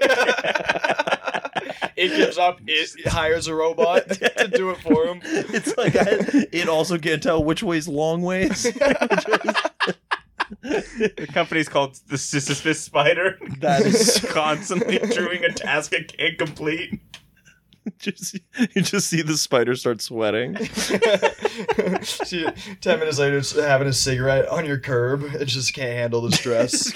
Speaker 2: it gives up. It hires a <laughs> robot to do it for <laughs> him.
Speaker 3: <laughs> It's like I, it also can't tell which way's long <laughs> ways.
Speaker 1: the company's called the Sisyphus
Speaker 2: <laughs>
Speaker 1: Spider.
Speaker 3: That is
Speaker 1: <laughs> constantly doing a task it can't complete.
Speaker 3: just you just see the spider start <laughs> sweating.
Speaker 2: See, ten minutes later, it's having a cigarette on your curb. It just can't handle the stress.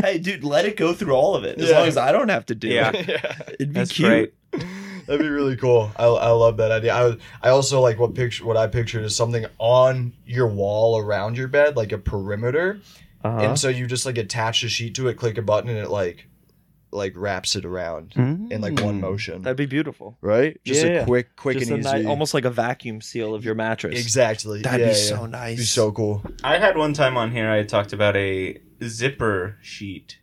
Speaker 3: hey, dude, let it go through all of it. As
Speaker 2: Yeah.
Speaker 3: long as I don't have to do
Speaker 1: Yeah.
Speaker 2: <laughs>
Speaker 3: it,
Speaker 2: yeah.
Speaker 3: it'd be cute.
Speaker 2: <laughs> That'd be really cool. I, I love that idea. I, I also like what picture what I pictured is something on your wall around your bed, like a perimeter,
Speaker 3: Uh-huh.
Speaker 2: and so you just like attach a sheet to it, click a button, and it like like wraps it around in like one motion.
Speaker 3: That'd be beautiful.
Speaker 2: right? Just
Speaker 3: Mm. Yeah.
Speaker 2: a quick, quick
Speaker 3: Just a
Speaker 2: and easy.
Speaker 3: ni- almost like a vacuum seal of your mattress.
Speaker 2: exactly.
Speaker 3: That'd
Speaker 2: Yeah,
Speaker 3: be
Speaker 2: yeah.
Speaker 3: so
Speaker 2: It'd
Speaker 3: nice.
Speaker 2: be so cool.
Speaker 1: I had one time on here I talked about a zipper sheet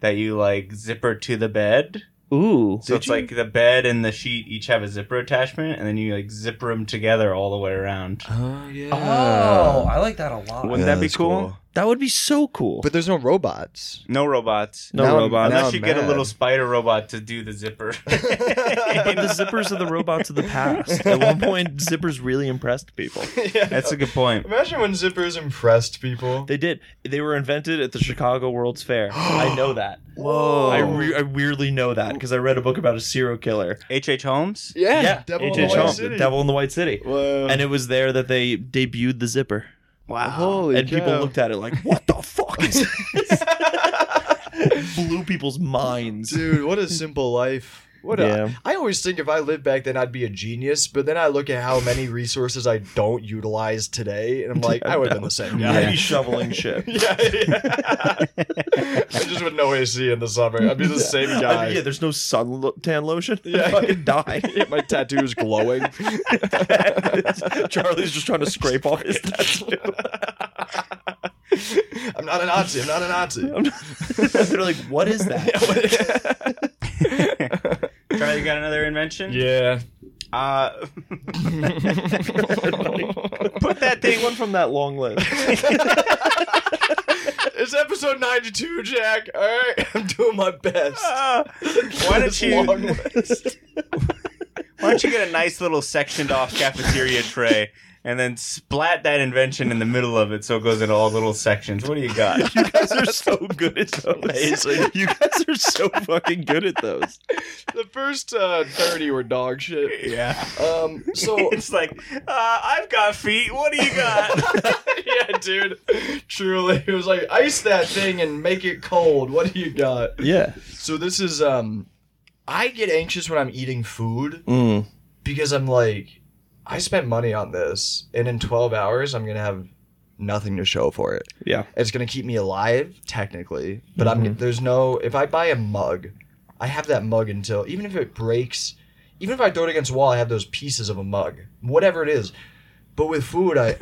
Speaker 1: that you like zipper to the bed.
Speaker 3: Ooh.
Speaker 1: So it's like the bed and the sheet each have a zipper attachment, and then you like zipper them together all the way around.
Speaker 2: Oh yeah.
Speaker 3: Oh, I like that a lot.
Speaker 1: Wouldn't that be cool?
Speaker 3: That would be so cool. <laughs>
Speaker 2: But there's no <laughs> robots.
Speaker 1: No robots.
Speaker 3: No
Speaker 2: Now I'm-
Speaker 3: robots.
Speaker 2: now
Speaker 1: Unless
Speaker 2: I'm
Speaker 1: you get a
Speaker 2: mad.
Speaker 1: little spider robot to do the zipper.
Speaker 3: but the zippers are the robots of the past. At one point, zippers really impressed people.
Speaker 2: yeah.
Speaker 1: That's a good point.
Speaker 2: Imagine when zippers impressed people.
Speaker 3: They did. They were invented at the Chicago World's Fair. I know that.
Speaker 2: Whoa.
Speaker 3: I, re- I weirdly know that because I read a book about a serial killer.
Speaker 1: H.H. H. Holmes?
Speaker 2: yeah,
Speaker 1: Devil in
Speaker 3: H.H.
Speaker 1: the White
Speaker 3: Holmes,
Speaker 2: City.
Speaker 3: Devil in the White City.
Speaker 2: Whoa.
Speaker 3: And it was there that they debuted the zipper.
Speaker 1: Ah, Oh. <laughs>
Speaker 2: Holy
Speaker 3: and people looked at it like, what the fuck is this?
Speaker 2: <laughs>
Speaker 3: Blew people's minds.
Speaker 2: Dude, what a simple life. What
Speaker 3: Yeah.
Speaker 2: a, I always think if I lived back then I'd be a genius, but then I look at how many resources I don't utilize today, and I'm like, I would have been the same
Speaker 3: I'd
Speaker 2: guy.
Speaker 3: be shoveling
Speaker 2: <laughs>
Speaker 3: shit.
Speaker 2: Yeah, yeah. I just would know AC in the summer. I'd be the same
Speaker 3: I
Speaker 2: guy.
Speaker 3: mean, yeah, there's no sun lo- tan lotion.
Speaker 2: Yeah.
Speaker 3: I <laughs> fucking die.
Speaker 2: <laughs> My tattoo's glowing. <laughs>
Speaker 3: Charlie's just trying to scrape
Speaker 2: <laughs>
Speaker 3: off his tattoo.
Speaker 2: I'm not a Nazi. I'm not a Nazi.
Speaker 3: I'm not- <laughs> They're like, what
Speaker 2: <laughs>
Speaker 3: <laughs> is that?
Speaker 1: Charlie, you got another invention?
Speaker 2: yeah.
Speaker 1: <laughs> Uh,
Speaker 3: Put that thing one from that long list.
Speaker 2: <laughs> It's episode 92, Jack. All right, <laughs> Ah, I'm doing my best.
Speaker 1: uh, why don't
Speaker 2: This
Speaker 1: you
Speaker 2: <laughs> long
Speaker 1: why
Speaker 2: list.
Speaker 1: don't you get a nice little sectioned off cafeteria tray and then splat that invention in the middle of it so it goes into all little sections? What do you got?
Speaker 3: You guys are so good at those. <laughs> You guys are so fucking good at those.
Speaker 2: The first uh, 30 were dog shit.
Speaker 1: Yeah,
Speaker 2: Um, so
Speaker 1: it's like uh, I've got feet. What do you <laughs> got?
Speaker 2: <laughs> yeah, dude. Truly, it was like ice that thing and make it cold. What do you got?
Speaker 3: Yeah.
Speaker 2: So this is um, I get anxious when I'm eating food
Speaker 3: Mm.
Speaker 2: because I'm like, I spent money on this, and in 12 hours I'm gonna have nothing to show for it.
Speaker 3: Yeah.
Speaker 2: It's gonna keep me alive technically, but I'm there's no if I buy a mug, I have that mug until even if it breaks, even if I throw it against a wall, I have those pieces of a mug, whatever it is. But with food, I.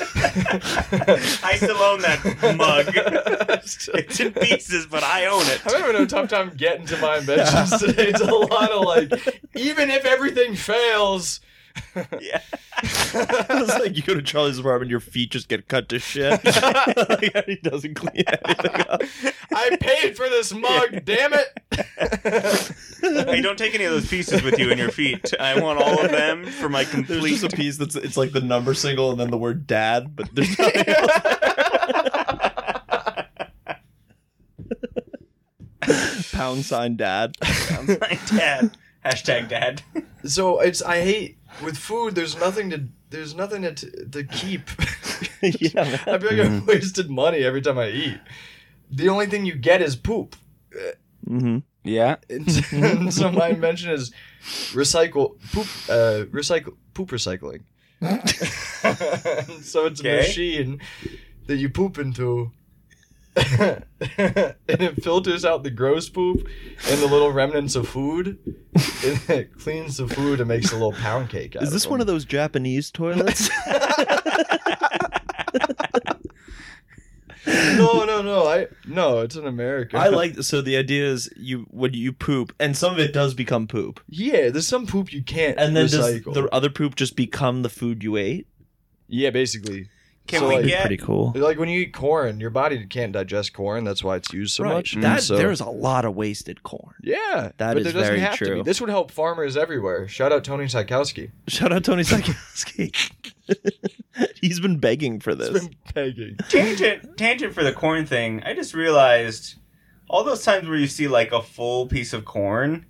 Speaker 2: <laughs>
Speaker 1: I still own that mug. <laughs> It's in pieces, but I own it.
Speaker 2: I'm
Speaker 1: <laughs>
Speaker 2: having a tough time getting to my inventions today. It's a lot of like, even if everything fails.
Speaker 1: Yeah.
Speaker 3: <laughs> It's like you go to Charlie's apartment, your feet just get cut to shit. Like, he doesn't clean anything up.
Speaker 2: I paid for this mug, damn it!
Speaker 1: Hey, don't take any of those pieces with you in your feet. I want all of them for my
Speaker 3: <laughs> There's
Speaker 1: complete.
Speaker 3: just a piece that's it's like the number single and then the word dad, but there's nothing else. Pound sign dad.
Speaker 1: Sounds like dad. Hashtag dad.
Speaker 2: so it's I hate with food. There's nothing to there's nothing to to keep.
Speaker 3: <laughs> <laughs> yeah, man.
Speaker 2: I feel like
Speaker 3: Mm-hmm.
Speaker 2: I've wasted money every time I eat. The only thing you get is poop. <laughs>
Speaker 3: Mm-hmm.
Speaker 5: Yeah.
Speaker 2: And, and so my invention is recycle poop. Uh, recycle poop recycling. <laughs> so it's
Speaker 1: Okay.
Speaker 2: a machine that you poop into. <laughs> and it filters out the gross poop and the little remnants of food. And it cleans the food and makes a little pound cake. Out
Speaker 3: Is this one of those Japanese <laughs> toilets?
Speaker 2: them. No, no, no. I no. It's in America. <laughs>
Speaker 3: I like so the idea is you when you poop and some of it does become poop.
Speaker 2: Yeah, there's some poop you can't
Speaker 3: And then
Speaker 2: recycle.
Speaker 3: does the other poop just become the food you ate?
Speaker 2: yeah, basically.
Speaker 1: Can
Speaker 2: So,
Speaker 1: we
Speaker 2: like,
Speaker 3: That'd be
Speaker 1: get?
Speaker 3: pretty cool.
Speaker 2: Like when you eat corn, your body can't digest corn. That's why it's used so much. Mm,
Speaker 3: That
Speaker 2: So-
Speaker 3: there's a lot of
Speaker 2: <laughs>
Speaker 3: wasted corn.
Speaker 2: yeah,
Speaker 3: That
Speaker 2: but
Speaker 3: is
Speaker 2: there doesn't
Speaker 3: very
Speaker 2: have to
Speaker 3: true.
Speaker 2: be. This would help farmers everywhere. Shout out Tony Tykowski.
Speaker 3: Shout out Tony Sakowski. <laughs> He's been begging for
Speaker 2: It's
Speaker 3: this.
Speaker 2: been begging.
Speaker 1: Tangent, tangent for the corn thing. I just realized all those times where you see like a full piece of corn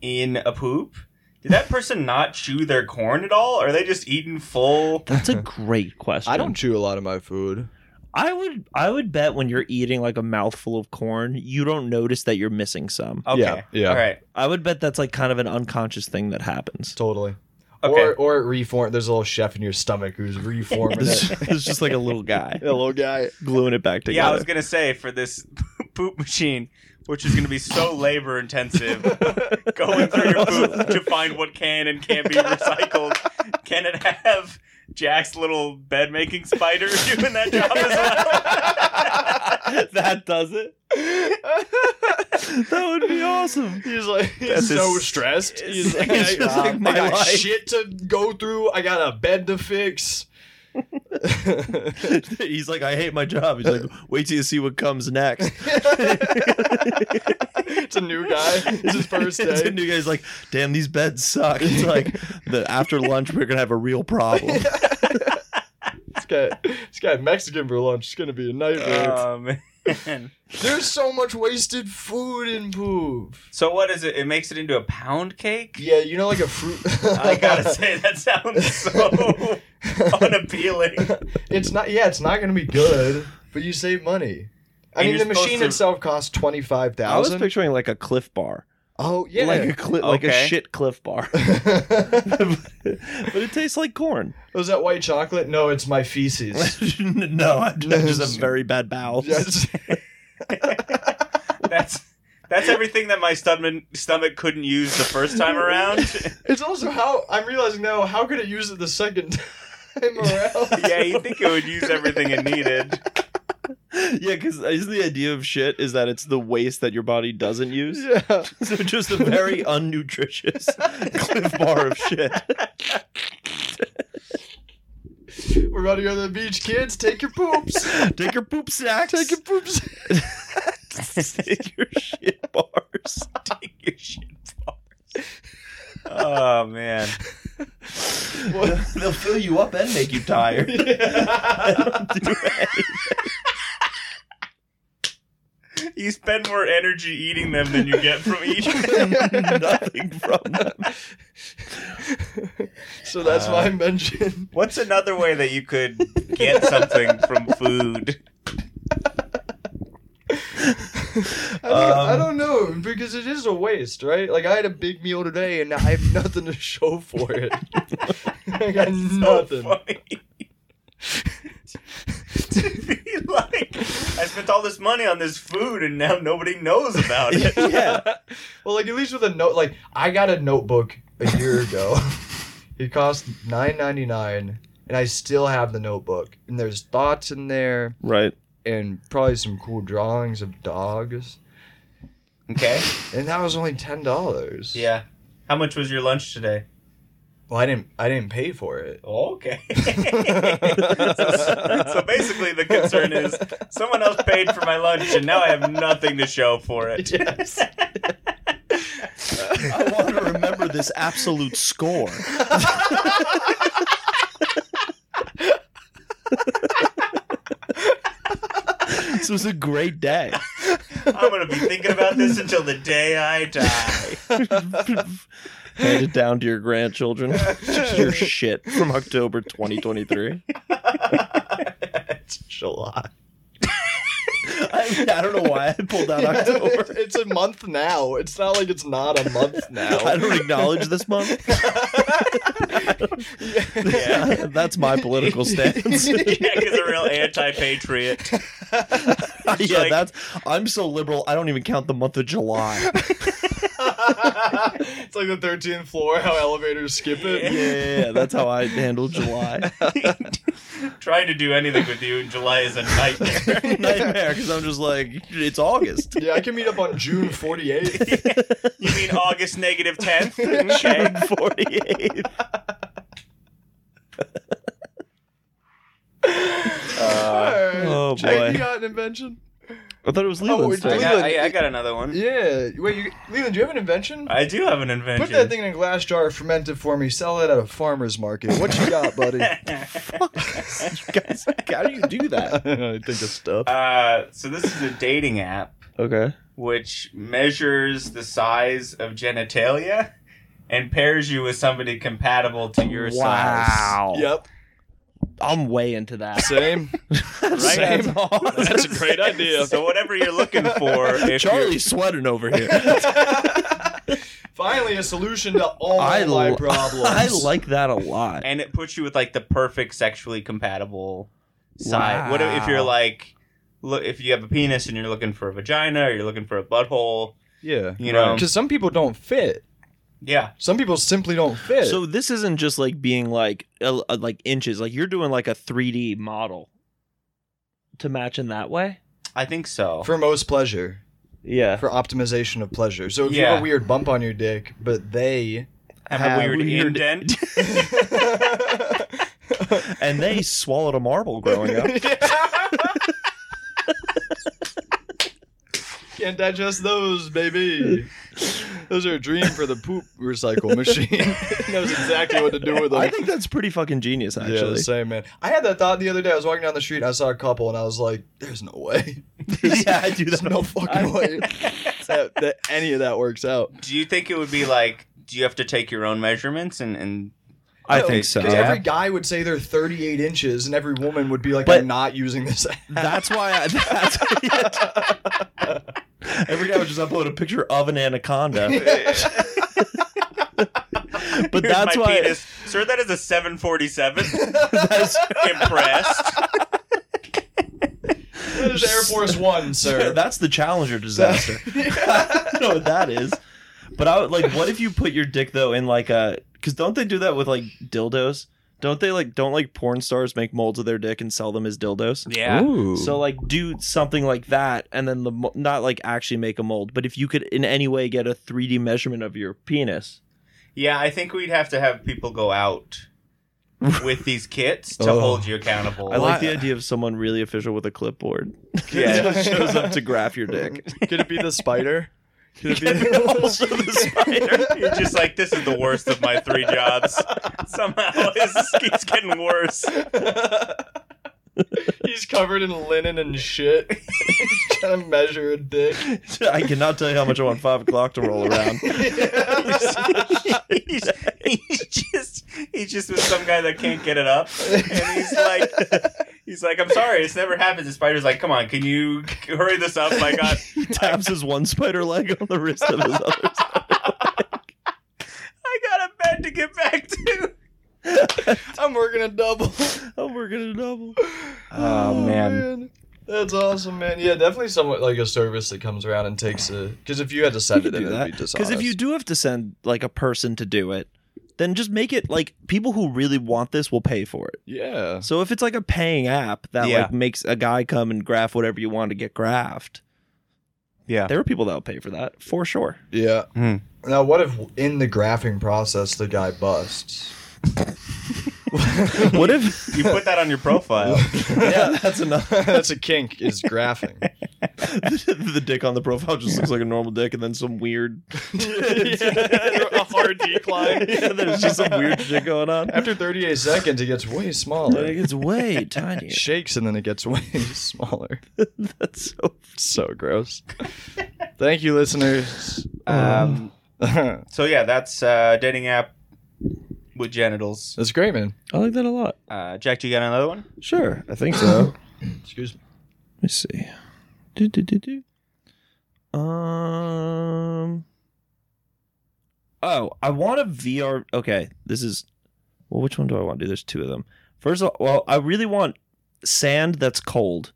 Speaker 1: in a poop. Did that person not chew their corn at all? Are they just eating full?
Speaker 3: That's <laughs> a great question.
Speaker 2: I don't chew a lot of my food.
Speaker 3: I would I would bet when you're eating like a mouthful of corn, you don't notice that you're missing some.
Speaker 1: Okay.
Speaker 2: Yeah, yeah.
Speaker 1: All right.
Speaker 3: I would bet that's like kind of an unconscious thing that happens.
Speaker 2: Totally.
Speaker 1: Okay.
Speaker 2: Or or it reform. There's a little chef in your stomach who's <laughs> reforming
Speaker 3: <laughs> It's
Speaker 2: it.
Speaker 3: just, it's just like <laughs> a little guy
Speaker 2: Yeah, little guy.
Speaker 3: gluing it back together.
Speaker 1: Yeah, I was gonna say for this <laughs> poop machine, which is gonna be so labor intensive, going through your poop to find what can and can't be recycled. Can it have Jack's little bed making spider <laughs> doing that job as well?
Speaker 3: <laughs> that does it. That would be awesome.
Speaker 2: He's like he's
Speaker 1: <laughs> That's
Speaker 2: so
Speaker 1: his- <laughs>
Speaker 2: stressed. He's like,
Speaker 3: it's just
Speaker 2: "Uh,
Speaker 3: like my
Speaker 2: I got
Speaker 3: life."
Speaker 2: shit to go through. I got a bed to fix. <laughs>
Speaker 3: He's like, I hate my job. He's like, wait till you see what comes <laughs> next.
Speaker 2: it's a new guy. It's
Speaker 1: <laughs>
Speaker 2: his first day.
Speaker 3: And new guy's like, damn, these beds suck. It's like the after lunch we're gonna have a real <laughs> problem.
Speaker 2: this guy, this guy Mexican for lunch is gonna be a nightmare.
Speaker 1: Oh man.
Speaker 2: There's so much wasted food in poop.
Speaker 1: So what is it? It makes it into a pound cake.
Speaker 2: Yeah, you know, like a fruit.
Speaker 1: <laughs> I gotta say that sounds so unappealing.
Speaker 2: <laughs> it's not. Yeah, it's not gonna be good. But you save money. I
Speaker 1: And
Speaker 2: mean,
Speaker 1: you're
Speaker 2: the machine
Speaker 1: supposed to-
Speaker 2: itself costs twenty five
Speaker 3: I was
Speaker 2: thousand.
Speaker 3: picturing like a cliff bar.
Speaker 2: Oh yeah.
Speaker 3: Like a cli- like a
Speaker 1: Okay.
Speaker 3: shit cliff bar. <laughs> but it tastes like corn.
Speaker 2: <laughs> Was that white chocolate? No, it's my feces.
Speaker 3: <laughs> no, I just <laughs> have very bad bowels.
Speaker 2: <laughs> Yes.
Speaker 1: That's that's everything that my stomach stomach couldn't use the first time around.
Speaker 2: <laughs> It's also how I'm realizing now. How could it use it the second <laughs> time
Speaker 1: <laughs>
Speaker 2: around? <laughs>
Speaker 1: yeah, you think it would use everything it needed.
Speaker 3: <laughs> yeah, because isn't the idea of shit is that it's the waste that your body doesn't use?
Speaker 2: Yeah.
Speaker 3: <laughs> So just a
Speaker 2: <laughs>
Speaker 3: very unnutritious <laughs> cliff bar of shit.
Speaker 2: We're about to go to the beach, kids. Take your poops.
Speaker 3: Take your poop
Speaker 2: <laughs>
Speaker 3: sacks.
Speaker 2: Take your <laughs> poops.
Speaker 3: <laughs> Take your shit bars.
Speaker 1: Take your shit bars. Oh man.
Speaker 3: <laughs> They'll fill you up and make
Speaker 2: <laughs>
Speaker 3: you tired. <laughs> They don't do anything.
Speaker 1: You spend more energy eating them than you get from <laughs> eating them.
Speaker 3: Nothing from them.
Speaker 2: so that's why I mentioned. <laughs>
Speaker 1: What's another way that you could get something from food?
Speaker 2: I don't, I don't know because it is a waste, right? Like I had a big meal today and I have <laughs> nothing to show for it. <laughs> I got nothing.
Speaker 1: So funny. to <laughs> be like, I spent all this money on this food and now nobody knows about it.
Speaker 3: <laughs> Yeah.
Speaker 2: <laughs> Well, like at least with a note, like I got a notebook a year
Speaker 3: <laughs>
Speaker 2: ago. it cost nine ninety nine, and I still have the notebook. And there's thoughts in there,
Speaker 3: Right.
Speaker 2: and probably some cool drawings of dogs.
Speaker 1: <laughs> Okay.
Speaker 2: And that was only ten dollars.
Speaker 1: Yeah. How much was your lunch today?
Speaker 2: Well, I didn't. I didn't pay
Speaker 1: <laughs>
Speaker 2: for it. <laughs>
Speaker 1: Okay. <laughs> so, so basically, the concern is someone else paid for my lunch and now I have nothing to show for it.
Speaker 2: <laughs> Yes.
Speaker 3: I want to remember this absolute score. this was a great day.
Speaker 1: I'm going to be thinking about this until the day I
Speaker 2: <laughs>
Speaker 1: die.
Speaker 3: Hand it down to your <laughs> grandchildren. your shit from October 2023.
Speaker 2: It's July.
Speaker 3: I, mean, I don't know why I pulled out October.
Speaker 2: <laughs> it's a month now. It's not like it's not a month now.
Speaker 3: <laughs> I don't e- acknowledge this month.
Speaker 1: Yeah.
Speaker 3: That's my political stance.
Speaker 1: Yeah, because a real anti patriot.
Speaker 3: <laughs> yeah,
Speaker 1: like-
Speaker 3: that's. I'm so liberal. I don't even count the month of July.
Speaker 2: <laughs> it's like the 13th floor, how elevators skip
Speaker 3: Yeah,
Speaker 2: it.
Speaker 3: yeah, that's how I handle July.
Speaker 1: Trying to do anything with you in July is a
Speaker 2: <laughs>
Speaker 1: nightmare.
Speaker 3: <laughs> Nightmare because I'm just like it's August.
Speaker 2: Yeah, I can meet up on June 48th.
Speaker 1: You mean August negative
Speaker 2: <laughs>
Speaker 1: 10th?
Speaker 3: June
Speaker 1: Okay.
Speaker 3: 48th.
Speaker 2: Alright.
Speaker 3: oh,
Speaker 2: Uh, Jake,
Speaker 3: boy.
Speaker 2: you got an invention?
Speaker 3: I thought it was
Speaker 2: Oh,
Speaker 3: Leland's
Speaker 2: it's
Speaker 1: I
Speaker 3: turn.
Speaker 2: Leland.
Speaker 1: got, I, I got another one.
Speaker 2: Yeah. Wait, you, Leland, do you have an invention?
Speaker 1: I do have an invention.
Speaker 2: Put that thing in a glass jar, ferment it for me, sell it at a farmer's market. What you got,
Speaker 1: <laughs>
Speaker 2: buddy?
Speaker 3: You guys, how do you do that?
Speaker 2: I think it's stuff.
Speaker 1: uh, so this is a dating app
Speaker 3: Okay.
Speaker 1: which measures the size of genitalia and pairs you with somebody compatible to your size.
Speaker 2: Yep.
Speaker 3: I'm way into that.
Speaker 2: Same.
Speaker 3: Sounds
Speaker 2: Same.
Speaker 3: awesome. <laughs>
Speaker 2: That's a great
Speaker 1: <laughs>
Speaker 2: idea.
Speaker 1: So whatever you're looking for, if
Speaker 3: Charlie's
Speaker 1: you're-
Speaker 3: sweating over here.
Speaker 2: <laughs> Finally, a solution to all
Speaker 3: I
Speaker 2: my
Speaker 3: li-
Speaker 2: problems.
Speaker 3: I like that a lot.
Speaker 1: and it puts you with like the perfect sexually compatible side. What if if you're
Speaker 3: Wow.
Speaker 1: like, look, if you have a penis and you're looking for a vagina or you're looking for a butthole,
Speaker 2: Yeah.
Speaker 1: you know,
Speaker 2: Because some people don't fit.
Speaker 1: yeah,
Speaker 2: Some people simply don't fit.
Speaker 3: So this isn't just like being like uh, uh, like inches. Like you're doing like a 3D model to match in that way.
Speaker 1: I think so.
Speaker 2: for most pleasure,
Speaker 3: Yeah.
Speaker 2: for optimization of pleasure. So if you
Speaker 1: Yeah.
Speaker 2: have a weird bump on your dick, but they,
Speaker 1: have,
Speaker 2: have
Speaker 1: a weird,
Speaker 3: weird- <laughs>
Speaker 1: indent.
Speaker 3: and they swallowed a marble growing up.
Speaker 2: <laughs> can't digest those, baby. Those are a dream for the poop recycle machine. <laughs> knows exactly what to do with them.
Speaker 3: I think that's pretty fucking genius,
Speaker 2: Yeah, the
Speaker 3: actually.
Speaker 2: same man. I had that thought the other day. I was walking down the street and I saw a couple, and I was like, "There's no way.
Speaker 3: <laughs> Yeah, I
Speaker 2: <laughs>
Speaker 3: do
Speaker 2: There's
Speaker 3: that.
Speaker 2: no fucking <laughs> way that, that any of that works out."
Speaker 1: Do you think it would be like? Do you have to take your own measurements and and
Speaker 3: I think so.
Speaker 2: Because
Speaker 1: Yeah.
Speaker 2: every guy would say they're 38 inches, and every woman would be like,
Speaker 3: But-
Speaker 2: "I'm not using <laughs> this." app."
Speaker 3: That's why I. <laughs> That's Every guy would just upload a picture of
Speaker 2: <laughs>
Speaker 3: an anaconda, but
Speaker 1: <laughs> Here's
Speaker 3: that's
Speaker 1: my
Speaker 3: why.
Speaker 1: penis. Sir, that is a 747. <laughs> Impressed.
Speaker 2: That is Air Force
Speaker 3: <laughs>
Speaker 2: One, sir.
Speaker 3: <laughs> That's the Challenger disaster.
Speaker 2: <laughs>
Speaker 3: I don't know what that is. But I would like, what if you put your dick though in like a? Because don't they do that with like dildos? Don't they like don't like porn stars make molds of their dick and sell them as dildos?
Speaker 6: Yeah.
Speaker 5: Ooh.
Speaker 3: So like do something like that, and then the mo- not like actually make a mold, but if you could in any way get a 3D measurement of your penis,
Speaker 1: Yeah, I think we'd have to have people go out with these kits to
Speaker 2: Oh.
Speaker 1: hold you accountable.
Speaker 3: I like the idea of someone really official with a <laughs> clipboard.
Speaker 1: Yeah.
Speaker 3: Just shows up to graph your dick.
Speaker 5: Could it be the
Speaker 3: <laughs>
Speaker 5: spider? Could it be
Speaker 3: also the spider.
Speaker 1: You're just like, this is the worst of my three jobs. Somehow <laughs> it's, it's getting
Speaker 3: <laughs>
Speaker 1: worse.
Speaker 2: <laughs> He's covered in linen and shit. <laughs> He's trying to measure a
Speaker 3: <laughs>
Speaker 2: dick.
Speaker 3: <laughs> I cannot tell you how much I want five o'clock to roll around.
Speaker 1: he's, he's just he's just with some guy that can't get it up, and he's like, he's like, I'm sorry, this never happens. The spider's like, come on, can you hurry this up? I got,
Speaker 3: <laughs> He taps his one spider leg on the wrist of his other.
Speaker 1: I got a bed to get back to.
Speaker 2: I'm working a double.
Speaker 3: <laughs> I'm working a double.
Speaker 1: Oh, man.
Speaker 2: That's awesome, man. Yeah, definitely somewhat like a service that comes around and takes a. Because if you had to send it,
Speaker 3: You could
Speaker 2: in,
Speaker 3: do
Speaker 2: it'd
Speaker 3: that
Speaker 2: be dishonest.
Speaker 3: because if you do have to send like a person to do it, then just make it like people who really want this will pay for it.
Speaker 5: yeah.
Speaker 3: So if it's like a paying app that
Speaker 1: Yeah.
Speaker 3: like makes a guy come and graph whatever you want to get graphed,
Speaker 1: Yeah.
Speaker 3: there are people that will pay for that for <laughs> sure.
Speaker 2: Yeah.
Speaker 1: Hmm.
Speaker 2: Now, what if in the graphing process the guy busts?
Speaker 3: what if?
Speaker 1: You put that on your profile.
Speaker 3: <laughs> Yeah, that's enough.
Speaker 2: That's a kink, is graphing.
Speaker 3: <laughs> the dick on the profile just looks like a normal dick, and then some <laughs> weird.
Speaker 2: <laughs> a hard decline.
Speaker 3: yeah, there's just some weird shit going on.
Speaker 2: <laughs> After 38 seconds, it gets way
Speaker 3: Like,
Speaker 2: smaller.
Speaker 3: it's <laughs> way tinier.
Speaker 2: It shakes and then it gets <laughs> way smaller.
Speaker 3: That's so
Speaker 2: So gross. Thank you, listeners. <laughs>
Speaker 1: Um,
Speaker 2: That's
Speaker 1: so yeah, that's uh, dating app with genitals.
Speaker 2: great, man.
Speaker 3: I like that a lot.
Speaker 1: Uh, Jack, do you got another one?
Speaker 3: Sure, I think so.
Speaker 2: Excuse me.
Speaker 3: Let me see. Do do do do. Um. Oh, I want a VR. Okay, this is. Well, which one do I want to do? There's two of them. First of all, well, I really want sand that's cold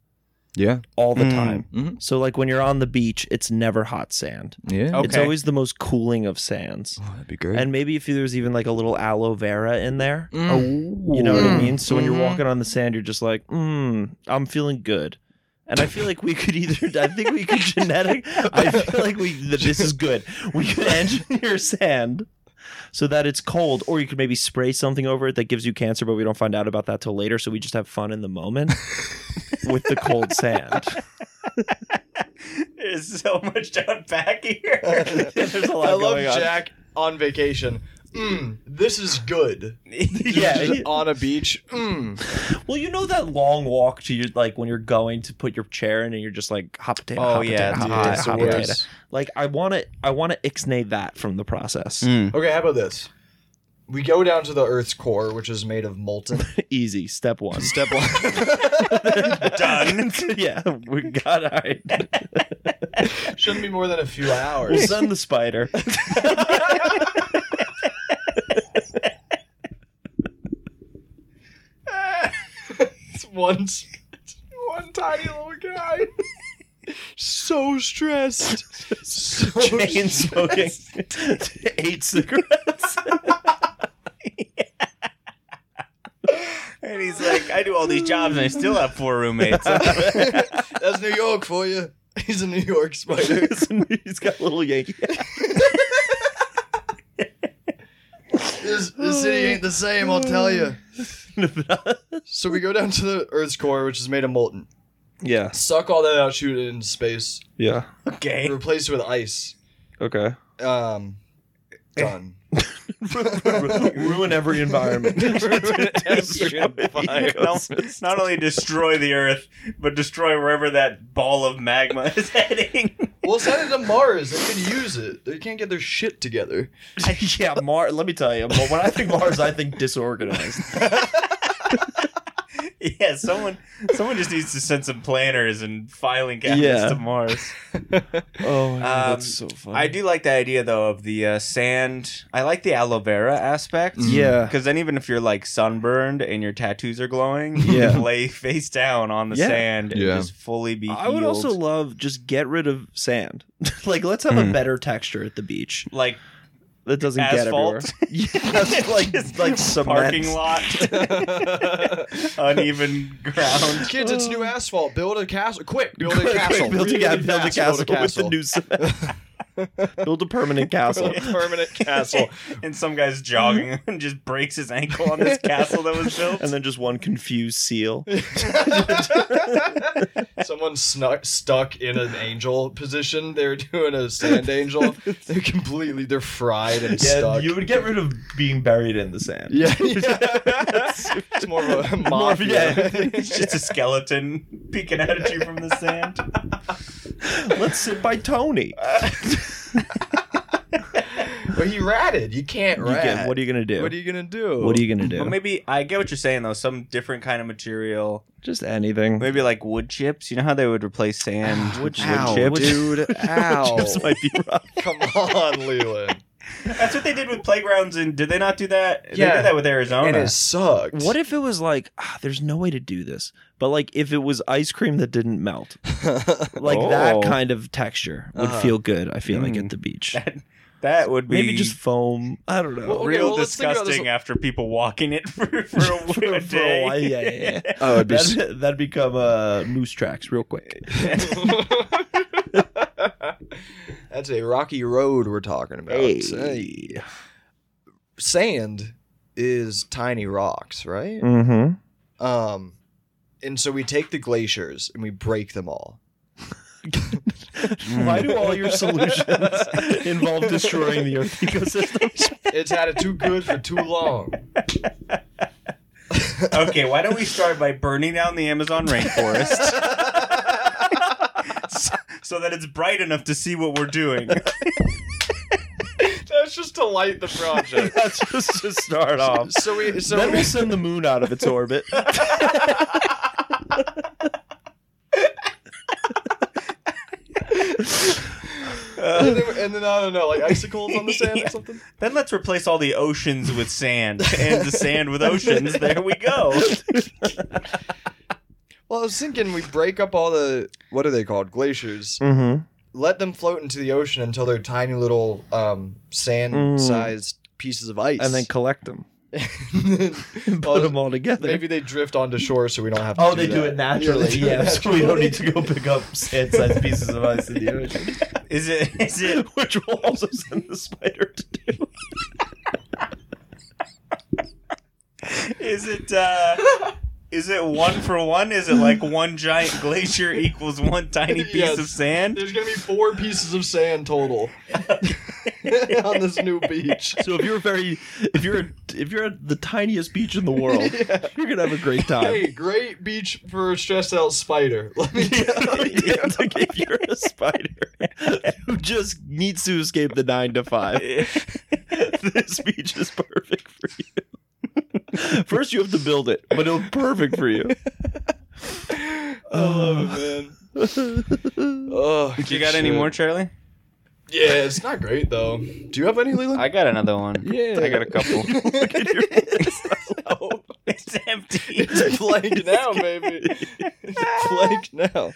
Speaker 5: Yeah.
Speaker 3: all the
Speaker 1: Mm.
Speaker 3: time.
Speaker 2: Mhm.
Speaker 3: So, like when you're on the beach, it's never hot sand.
Speaker 5: Yeah.
Speaker 1: Okay.
Speaker 3: It's always the most cooling of sands.
Speaker 5: Oh, that'd be great.
Speaker 3: And maybe if there's even like a little aloe vera in there,
Speaker 5: oh,
Speaker 3: you know what I
Speaker 2: Mm.
Speaker 3: mean? So when you're
Speaker 2: Mhm.
Speaker 3: walking on the sand, you're just like, hmm, I'm feeling good. And I feel like we could either, I think we could genetic, I feel like we, that this is good. We could engineer sand so that it's cold, or you could maybe spray something over it that gives you cancer, but we don't find out about that till later. So we just have fun in the moment with the cold sand.
Speaker 1: There's so much to unpack
Speaker 2: <laughs>
Speaker 1: here.
Speaker 3: oh, <laughs> There's a lot
Speaker 2: I love
Speaker 3: going on.
Speaker 2: Jack on vacation. Mm, this is good.
Speaker 3: Yeah.
Speaker 2: Just <laughs> on a beach. Mm.
Speaker 3: Well, you know that long walk to your, like when you're going to put your chair in and you're just like, hot potato,
Speaker 1: Oh,
Speaker 3: hot
Speaker 1: yeah,
Speaker 3: potato,
Speaker 1: dude,
Speaker 3: hot
Speaker 2: it's
Speaker 3: potato,
Speaker 2: the
Speaker 3: hot potato.
Speaker 2: worst.
Speaker 3: Like I want to, I want to ixnay that from the process.
Speaker 2: Okay, how about this? We go down to the Earth's core, which is made of molten.
Speaker 3: <laughs> Easy,
Speaker 1: <laughs>
Speaker 3: step one.
Speaker 2: Step one.
Speaker 1: Done.
Speaker 3: <laughs> yeah, we got it.
Speaker 2: Shouldn't be more than a few
Speaker 3: We'll
Speaker 2: hours.
Speaker 3: send the spider.
Speaker 2: <laughs> It's one, it's one tiny little guy. <laughs> So stressed. So
Speaker 3: <laughs> Chain smoking, eight cigarettes.
Speaker 1: And he's like, I do all these jobs and I still have four roommates.
Speaker 2: That's New York for you. He's a New York spider.
Speaker 3: <laughs> He's got little Yankee.
Speaker 2: This, this city ain't the same, I'll tell you. So we go down to the Earth's core, which is made of molten.
Speaker 3: <laughs> yeah,
Speaker 2: Suck all that out, shoot it into space,
Speaker 3: yeah.
Speaker 1: okay. <laughs>
Speaker 2: replace it with ice.
Speaker 3: Okay.
Speaker 2: Um, done.
Speaker 3: Ruin every environment. <laughs>
Speaker 2: every environment.
Speaker 1: Not, not only destroy the Earth, but destroy wherever that ball of magma <laughs> is heading. <laughs>
Speaker 2: We'll send it to Mars. They can use it. They can't get their shit
Speaker 3: <laughs>
Speaker 2: together.
Speaker 3: yeah, Mars. Let me tell you, when I think Mars, I think disorganized.
Speaker 1: yeah, someone someone just needs to send some planners and filing cabinets
Speaker 3: Yeah.
Speaker 1: to Mars.
Speaker 3: Oh,
Speaker 1: God, that's so
Speaker 3: funny.
Speaker 1: I do like the idea though of the uh, sand. I like the aloe vera aspect.
Speaker 3: Yeah.
Speaker 1: Because then, even if you're like sunburned and your tattoos are glowing, you
Speaker 3: Yeah.
Speaker 1: can lay face down on the
Speaker 3: Yeah.
Speaker 1: sand and
Speaker 2: Yeah.
Speaker 1: just fully be.
Speaker 3: I would
Speaker 1: healed.
Speaker 3: also <laughs> love just get rid of sand. like, let's have a better texture at the beach.
Speaker 1: like
Speaker 3: that doesn't
Speaker 1: Asphalt.
Speaker 3: get everywhere. <laughs> Yeah,
Speaker 1: <laughs>
Speaker 3: it's like it's like
Speaker 1: Parking
Speaker 3: cement.
Speaker 1: lot, <laughs> uneven ground. <laughs>
Speaker 3: <laughs>
Speaker 2: Kids, it's new asphalt. Build a castle. Quick, build a
Speaker 3: Quick,
Speaker 2: castle.
Speaker 3: build,
Speaker 2: Really
Speaker 3: a, ca- build a
Speaker 2: fast,
Speaker 3: castle
Speaker 2: build a
Speaker 3: with
Speaker 2: <laughs>
Speaker 3: the new cement. build a permanent castle.
Speaker 2: permanent castle.
Speaker 1: and some guy's jogging <laughs> and just breaks his ankle on this castle that
Speaker 3: <laughs>
Speaker 1: was built. <laughs>
Speaker 3: And then just one confused seal.
Speaker 2: <laughs> Someone snuck, stuck in an angel position. They're doing a sand angel. They're completely they're fried and stuck.
Speaker 3: would get rid of being buried in the
Speaker 2: <laughs>
Speaker 3: sand. <laughs>
Speaker 2: yeah, yeah. it's more of a mafia.
Speaker 1: it's just a skeleton peeking out at you from the sand.
Speaker 3: Let's sit by Tony.
Speaker 2: <laughs> but he ratted. You can't
Speaker 3: You
Speaker 2: rat.
Speaker 3: get- what are you gonna do?
Speaker 5: What are you gonna do?
Speaker 3: What are you gonna do?
Speaker 1: But maybe I get what you're saying though. Some different kind of material,
Speaker 5: Just anything.
Speaker 1: maybe like wood chips. You know how they would replace
Speaker 2: <sighs>
Speaker 3: <sighs>
Speaker 1: sand with wood chips.
Speaker 2: <laughs>
Speaker 5: dude. Ow.
Speaker 3: <laughs> Chips might be rough.
Speaker 2: Come on, Leland.
Speaker 1: That's what they did with playgrounds. And did they not do that? They
Speaker 2: Yeah.
Speaker 1: did that with Arizona.
Speaker 2: And <laughs> it sucked.
Speaker 3: What if it was like, ah, there's no way to do this, but like if it was ice cream that didn't melt,
Speaker 2: <laughs>
Speaker 3: like
Speaker 1: Oh.
Speaker 3: that kind of texture would feel good. I feel like
Speaker 1: Mm.
Speaker 3: at the beach,
Speaker 1: <laughs> that would be
Speaker 3: maybe just foam. I don't know.
Speaker 2: Well, okay,
Speaker 1: real
Speaker 2: well, let's think about this-
Speaker 1: disgusting after people walking it <laughs> for, for a,
Speaker 3: <laughs> For-
Speaker 1: a
Speaker 3: for
Speaker 1: day.
Speaker 3: while, yeah, yeah, yeah.
Speaker 5: Oh, it'd be s-
Speaker 3: That'd, that'd become uh, moose tracks real quick.
Speaker 2: <laughs> That's a rocky road we're talking about. Hey. Sand is tiny rocks, right?
Speaker 3: Mm-hmm.
Speaker 2: Um, and so we take the glaciers and we break them all.
Speaker 3: <laughs> Why do all your solutions involve destroying the Earth ecosystem?
Speaker 2: It's had it too good for too long.
Speaker 1: <laughs> okay, why don't we start by burning down the Amazon
Speaker 3: <laughs>
Speaker 1: rainforest <laughs> so, so that it's bright enough to see what we're
Speaker 3: <laughs>
Speaker 1: doing?
Speaker 2: <laughs> That's just to light the project.
Speaker 3: That's just to start off.
Speaker 2: <laughs> So we so
Speaker 3: Then
Speaker 2: we,
Speaker 3: we'll send the moon out of its orbit.
Speaker 2: and then, and then I don't know, like icicles on the <laughs> sand or something.
Speaker 1: Then let's replace all the oceans with sand and the sand with oceans. There we go.
Speaker 2: Well, I was thinking we break up all the what are they called glaciers,
Speaker 3: Mm-hmm.
Speaker 2: let them float into the ocean until they're tiny little um, sand-sized pieces of ice,
Speaker 3: Mm.
Speaker 2: <laughs>
Speaker 3: And then collect them.
Speaker 2: And then-
Speaker 3: Put them all together.
Speaker 2: maybe they drift onto shore, so we don't have. to
Speaker 3: Oh, they do
Speaker 2: that.
Speaker 3: it
Speaker 2: Yeah,
Speaker 3: naturally.
Speaker 2: they do it
Speaker 3: Yeah, so we don't
Speaker 2: naturally.
Speaker 3: need to go pick up sand-sized pieces of ice in the ocean,
Speaker 1: <laughs> Is it? Is it?
Speaker 3: <laughs> which we'll also send the spider to do.
Speaker 1: Is it? Uh, is it one for one? Is it like one giant glacier equals one tiny piece
Speaker 2: Yes.
Speaker 1: of sand? <laughs>
Speaker 2: <laughs> <laughs> There's gonna be four pieces of sand total <laughs> on this new
Speaker 3: <laughs>
Speaker 2: beach.
Speaker 3: So if you're very, if you're if you're at the tiniest beach in the <laughs> world, you're gonna have a great time. <laughs>
Speaker 2: Hey, great beach for a stressed out spider. <laughs> Let me.
Speaker 3: It's like if you're a spider who just needs to escape the nine to <laughs> five, this beach is perfect for you. First, you have to build it, but it's perfect for you. <laughs>
Speaker 2: oh man. Oh,
Speaker 1: You got any more, Charlie?
Speaker 2: Yeah, it's not great though. Do you have any, Leland?
Speaker 1: I got another one.
Speaker 3: Yeah.
Speaker 1: I got a
Speaker 2: <laughs>
Speaker 1: couple.
Speaker 3: Look at your-
Speaker 1: <laughs> it's empty.
Speaker 2: Oh, It's blank now, baby. It's blank now.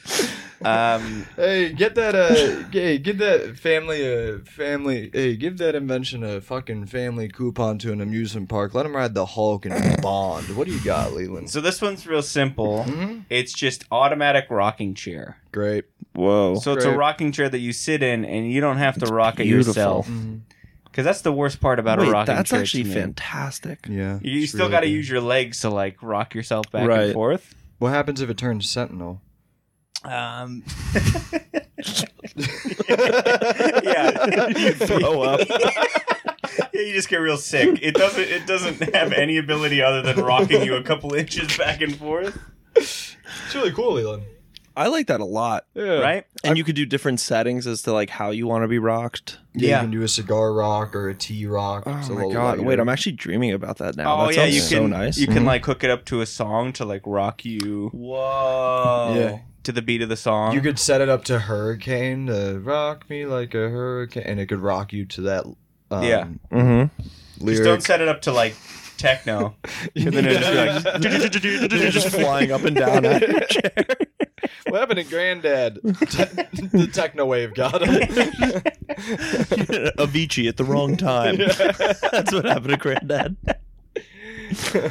Speaker 1: Um,
Speaker 2: Hey, get that uh, hey, get that family uh, family. Hey, give that invention a fucking family coupon to an amusement park. Let them ride the
Speaker 1: <coughs>
Speaker 2: Hulk and Bond. What do you got, Leland?
Speaker 1: so this one's real simple.
Speaker 3: Mm-hmm.
Speaker 2: Mhm.
Speaker 1: It's just automatic rocking chair.
Speaker 2: Great.
Speaker 3: Whoa.
Speaker 1: So it's a
Speaker 2: Great.
Speaker 1: rocking chair that you sit in and you don't have to rock
Speaker 3: beautiful.
Speaker 1: it yourself.
Speaker 2: Mm-hmm.
Speaker 1: Because that's the worst part about a
Speaker 3: Wait,
Speaker 1: rocking
Speaker 3: that's
Speaker 1: chair. to
Speaker 3: actually
Speaker 1: me.
Speaker 3: fantastic.
Speaker 2: Yeah.
Speaker 1: You
Speaker 2: it's
Speaker 1: still
Speaker 2: really
Speaker 1: got to
Speaker 2: good.
Speaker 1: use your legs to like rock yourself back and
Speaker 3: Right.
Speaker 1: forth.
Speaker 2: What happens if it turns
Speaker 1: <laughs>
Speaker 2: sentinel?
Speaker 1: Um, <laughs> <laughs> yeah,
Speaker 3: You <laughs> throw up.
Speaker 1: Yeah, you just get real sick. It doesn't. It doesn't have any ability other than rocking you a couple inches back and forth,
Speaker 2: It's really cool, Leland.
Speaker 3: <laughs> I like that a lot.
Speaker 2: Yeah.
Speaker 1: right?
Speaker 3: And you could do different settings as to like how you want to be rocked.
Speaker 2: Yeah,
Speaker 1: Yeah.
Speaker 2: you can do a cigar rock or a tea rock.
Speaker 3: Oh
Speaker 2: It's a
Speaker 3: my
Speaker 2: little
Speaker 3: god! Wait,
Speaker 2: lighter.
Speaker 3: I'm actually dreaming about that now.
Speaker 1: Oh
Speaker 3: that
Speaker 1: yeah,
Speaker 3: sounds
Speaker 1: you
Speaker 3: so
Speaker 1: can.
Speaker 3: nice. Mm-hmm.
Speaker 1: You can like hook it up to a song to like rock you. Whoa!
Speaker 2: Yeah.
Speaker 1: To the beat of the song.
Speaker 2: You could set it up to hurricane to rock me like a hurricane, and it could rock you to that. Um,
Speaker 1: Yeah.
Speaker 3: Mm-hmm.
Speaker 1: just
Speaker 2: Lyric.
Speaker 1: don't set it up to like
Speaker 3: <laughs>
Speaker 1: techno. 'cause then it'll just be like, <laughs>
Speaker 3: You're just flying up and down.
Speaker 2: What happened to Granddad? <laughs> Te- the techno wave got him.
Speaker 3: <laughs> Avicii at the wrong time. <laughs> That's what happened to Granddad.
Speaker 2: <laughs> yeah,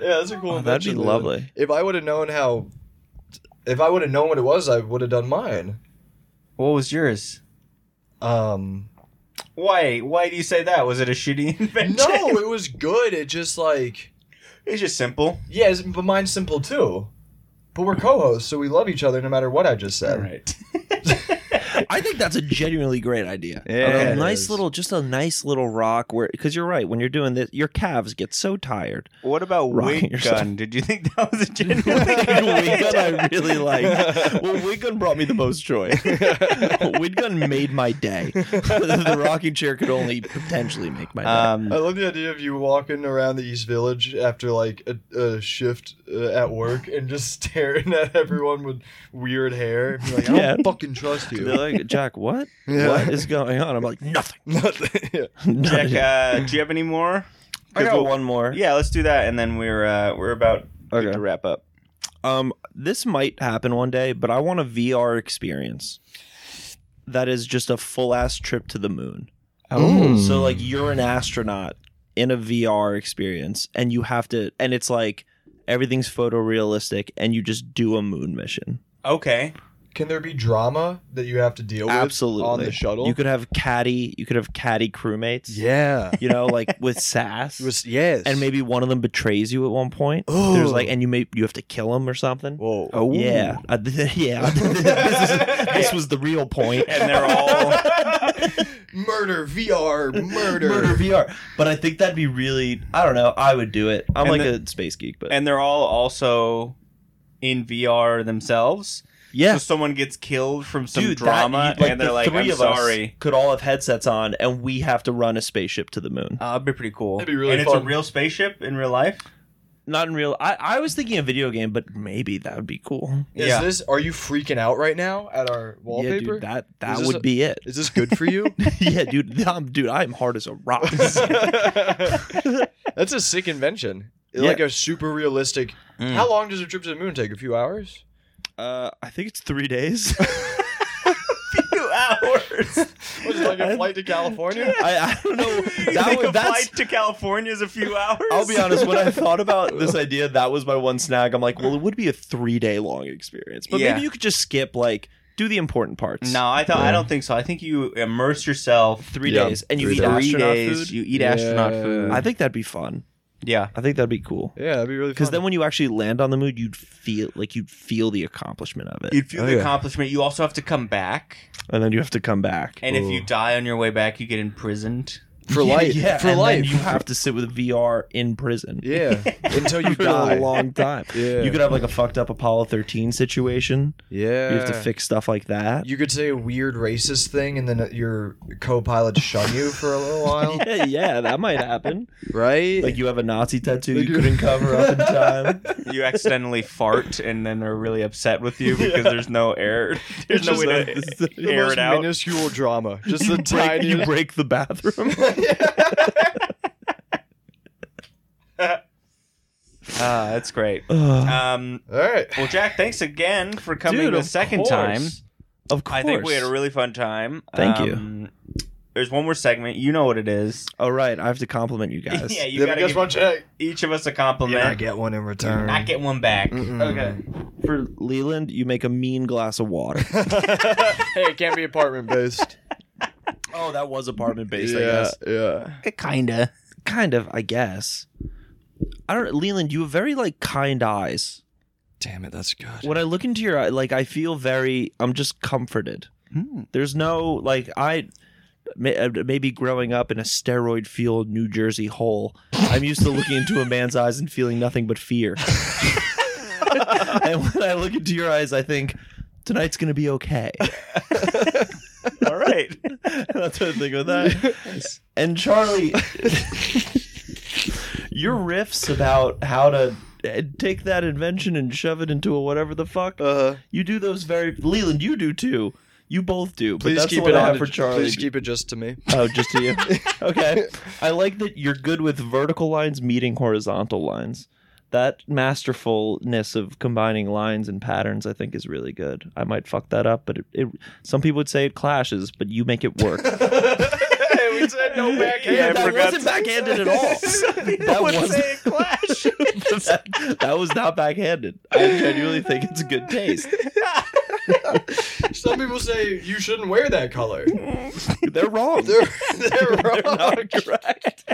Speaker 2: that's a cool.
Speaker 3: <laughs> Oh, that'd be
Speaker 2: invention, dude.
Speaker 3: lovely.
Speaker 2: If I would have known how, if I would have known what it was, I would have done mine.
Speaker 1: What was yours?
Speaker 2: <laughs> Um,
Speaker 1: Why? Why do you say that? Was it a shitty <laughs> invention?
Speaker 2: no, it was good. It just like
Speaker 1: it's just simple.
Speaker 2: yeah, it's- but mine's simple too. But we're co-hosts, so we love each other no matter what I just said.
Speaker 1: right.
Speaker 3: I think that's a genuinely great idea.
Speaker 2: Yeah,
Speaker 3: a
Speaker 2: it
Speaker 3: nice
Speaker 2: is.
Speaker 3: little, just a nice little rock where, because you're right. When you're doing this, your calves get so <laughs> tired.
Speaker 1: <laughs> What about
Speaker 3: Rocking
Speaker 1: wig
Speaker 3: yourself.
Speaker 1: gun? Did you think that was a <laughs>
Speaker 3: Windgun,
Speaker 1: genuine?
Speaker 3: I <laughs> really liked. Well, Windgun brought me the most <laughs> joy.
Speaker 1: <laughs>
Speaker 3: Windgun made my day. <laughs> the rocking chair could only potentially make my day.
Speaker 1: Um,
Speaker 2: I
Speaker 1: Oh,
Speaker 2: love the idea of you walking around the East Village after like a, a shift uh, at work and just <laughs> staring at everyone with weird hair. And be like, I
Speaker 3: Yeah.
Speaker 2: don't fucking trust
Speaker 3: They're
Speaker 2: you.
Speaker 3: like, Jack, what?
Speaker 2: <laughs>
Speaker 3: <laughs>
Speaker 2: Yeah. <laughs>
Speaker 3: What is going on? I'm like, <laughs> nothing.
Speaker 2: Yeah.
Speaker 1: Jack, uh, do you have any more?
Speaker 3: I got
Speaker 1: we'll-
Speaker 3: one more.
Speaker 1: Yeah, let's do that, and then we're uh, we're about good
Speaker 3: Okay.
Speaker 1: to wrap up.
Speaker 3: Um, this might happen one day, but I want a VR experience that is just a full ass trip to the moon. Oh. So like you're an astronaut in a VR experience, and you have to, and it's like everything's photorealistic, and you just do a moon mission.
Speaker 1: Okay.
Speaker 2: Can there be drama that you have to deal with
Speaker 3: Absolutely
Speaker 2: on the shuttle?
Speaker 3: You could have caddy. You could have caddy crewmates.
Speaker 2: yeah.
Speaker 3: You know, like with sass.
Speaker 2: It was- yes.
Speaker 3: and maybe one of them betrays you at one point. There's
Speaker 2: Ooh.
Speaker 3: like, and you may you have to kill him or something.
Speaker 2: Whoa.
Speaker 3: Oh yeah, I th- <laughs> yeah. this, is- this was the real point.
Speaker 1: And they're all
Speaker 2: <laughs> Murder, VR, <laughs> murder.
Speaker 3: murder VR. But I think that'd be really. I don't know. I would do it. I'm
Speaker 1: And
Speaker 3: like
Speaker 1: the-
Speaker 3: a space geek, but
Speaker 1: and they're all also in VR themselves.
Speaker 3: yeah.
Speaker 1: So someone gets killed from some
Speaker 3: Dude, that-
Speaker 1: drama,
Speaker 3: you-
Speaker 1: and they're
Speaker 3: the
Speaker 1: like,
Speaker 3: three
Speaker 1: "I'm
Speaker 3: of us
Speaker 1: sorry."
Speaker 3: could all have headsets on, and we have to run a spaceship to the moon.
Speaker 1: Uh, that'd be pretty cool.
Speaker 2: That'd be really
Speaker 1: and it's
Speaker 2: fun.
Speaker 1: a real spaceship in real life.
Speaker 3: Not in real. I, I was thinking a video game, but maybe that would be cool.
Speaker 2: Is
Speaker 1: Yeah.
Speaker 2: this? Are you freaking out right now at our
Speaker 3: Yeah,
Speaker 2: wallpaper?
Speaker 3: dude, that that
Speaker 2: Is this
Speaker 3: would
Speaker 2: a-
Speaker 3: be it.
Speaker 2: Is this good for you?
Speaker 3: <laughs> yeah, dude. I'm, dude, I'm hard as a <laughs> rock. <laughs>
Speaker 2: That's a sick invention. Like a super realistic.
Speaker 1: Mm.
Speaker 2: How long does a trip to the moon take? A few hours?
Speaker 3: uh, I think it's three <laughs> days.
Speaker 1: Two
Speaker 3: <laughs>
Speaker 1: hours.
Speaker 2: Was it like a flight to California?
Speaker 3: I, I don't <laughs> know.
Speaker 1: You
Speaker 3: That
Speaker 1: think
Speaker 3: was,
Speaker 1: a
Speaker 3: that's
Speaker 1: flight to California is a few hours.
Speaker 3: I'll be honest. When <laughs> I thought about this idea, that was my one snag. I'm like, well, it would be a three day long experience, but
Speaker 1: Yeah.
Speaker 3: maybe you could just skip like do the important
Speaker 1: <laughs>
Speaker 3: parts.
Speaker 1: No, I thought I don't think so. I think you immerse yourself
Speaker 3: three
Speaker 2: Yeah,
Speaker 3: days, and you
Speaker 2: three
Speaker 3: eat
Speaker 2: days.
Speaker 1: three
Speaker 3: astronaut
Speaker 1: days.
Speaker 3: food.
Speaker 1: You eat
Speaker 2: Yeah.
Speaker 1: astronaut food.
Speaker 3: I think that'd be fun.
Speaker 1: yeah.
Speaker 3: I think that'd be cool.
Speaker 2: Yeah, that'd be really
Speaker 3: Because then when you actually land on the moon, you'd feel like you'd feel the accomplishment of it,
Speaker 1: You'd feel
Speaker 2: Oh,
Speaker 1: the
Speaker 2: yeah.
Speaker 1: accomplishment. You also have to come back,
Speaker 3: and then you have to come back
Speaker 1: and if you die on your way back, you get imprisoned.
Speaker 2: for life.
Speaker 3: <laughs> Yeah,
Speaker 2: for
Speaker 3: and then
Speaker 2: life.
Speaker 3: you have to sit with VR in prison.
Speaker 2: <laughs>
Speaker 3: <laughs>
Speaker 2: yeah, until you
Speaker 3: for
Speaker 2: die.
Speaker 3: a long time.
Speaker 2: Yeah.
Speaker 3: You could have like a fucked up Apollo 13 situation.
Speaker 2: yeah,
Speaker 3: You have to fix stuff like that.
Speaker 2: You could say a weird racist thing, and then your co-pilot shun you for a little
Speaker 3: <laughs>
Speaker 2: while,
Speaker 3: yeah, yeah, that might happen.
Speaker 2: right?
Speaker 3: Like you have a Nazi tattoo
Speaker 2: Like
Speaker 3: you
Speaker 2: you-
Speaker 3: couldn't cover up in time.
Speaker 1: You <laughs> accidentally fart, and then they're really upset with you because there's no air. <laughs> There's no
Speaker 3: just
Speaker 1: way
Speaker 3: like,
Speaker 1: to
Speaker 3: this is the-
Speaker 2: <laughs> the
Speaker 1: air
Speaker 2: most
Speaker 1: it out.
Speaker 2: minuscule drama, just the
Speaker 3: <laughs> <laughs> break, you
Speaker 2: tiniest.
Speaker 3: break the bathroom. <sighs>
Speaker 2: <laughs>
Speaker 1: Ah, that's great.
Speaker 3: Ugh.
Speaker 1: Um,
Speaker 2: All right,
Speaker 1: well, Jack, thanks again for coming
Speaker 3: Dude,
Speaker 1: the
Speaker 3: of
Speaker 1: second
Speaker 3: course.
Speaker 1: time.
Speaker 3: of course.
Speaker 1: I think we had a really fun time.
Speaker 3: Thank
Speaker 1: you. There's one more segment. You know what it is.
Speaker 3: oh right, I have to compliment you <laughs> guys.
Speaker 1: yeah, you
Speaker 2: let me
Speaker 1: gotta
Speaker 2: guess
Speaker 1: give
Speaker 2: one check.
Speaker 1: each of us a
Speaker 2: And I
Speaker 1: compliment.
Speaker 2: get one in return.
Speaker 1: Not get one back.
Speaker 2: <laughs> Mm-mm.
Speaker 3: For Leland, you make a mean glass of water.
Speaker 2: hey, it can't be apartment <laughs> based.
Speaker 3: oh, that was apartment based, I
Speaker 2: yeah,
Speaker 3: guess.
Speaker 2: yeah.
Speaker 1: Kinda.
Speaker 3: Kind of, I guess. I don't Leland, you have very like kind eyes.
Speaker 2: Damn it, that's good.
Speaker 3: When I look into your eye, like I feel very I'm just comforted.
Speaker 1: Mm.
Speaker 3: There's no like I may- uh, maybe growing up in a steroid fueled New Jersey hole. I'm used to looking into a man's eyes and feeling nothing but fear. <laughs> and when I look into your eyes, I think tonight's gonna be okay. <laughs>
Speaker 1: All right.
Speaker 3: That's what I think of that. And Charlie, your riffs about how to uh, take that invention and shove it into a whatever the fuck.
Speaker 2: Uh,
Speaker 3: You do those very Leland. You do too. You both do. But
Speaker 2: please
Speaker 3: that's
Speaker 2: keep
Speaker 3: the one
Speaker 2: it
Speaker 3: I
Speaker 2: on
Speaker 3: have
Speaker 2: to-
Speaker 3: for Charlie.
Speaker 2: Please keep it just to me.
Speaker 3: Oh, just to you. <laughs> okay. I like that you're good with vertical lines meeting horizontal lines. that masterfulness of combining lines and patterns i think is really good i might fuck that up but it, it some people would say it clashes but you make it work
Speaker 2: <laughs> <laughs> Hey, we
Speaker 1: <laughs>
Speaker 2: said no
Speaker 6: Yeah, I
Speaker 2: backhand.
Speaker 3: that
Speaker 6: forgot
Speaker 3: wasn't backhanded at all that, <laughs> wasn't,
Speaker 1: clash.
Speaker 3: that, that was not backhanded i genuinely think it's good taste
Speaker 2: Some people say you shouldn't wear that color.
Speaker 3: they're wrong
Speaker 2: <laughs>
Speaker 3: <laughs>
Speaker 2: They're, they're wrong.
Speaker 3: not correct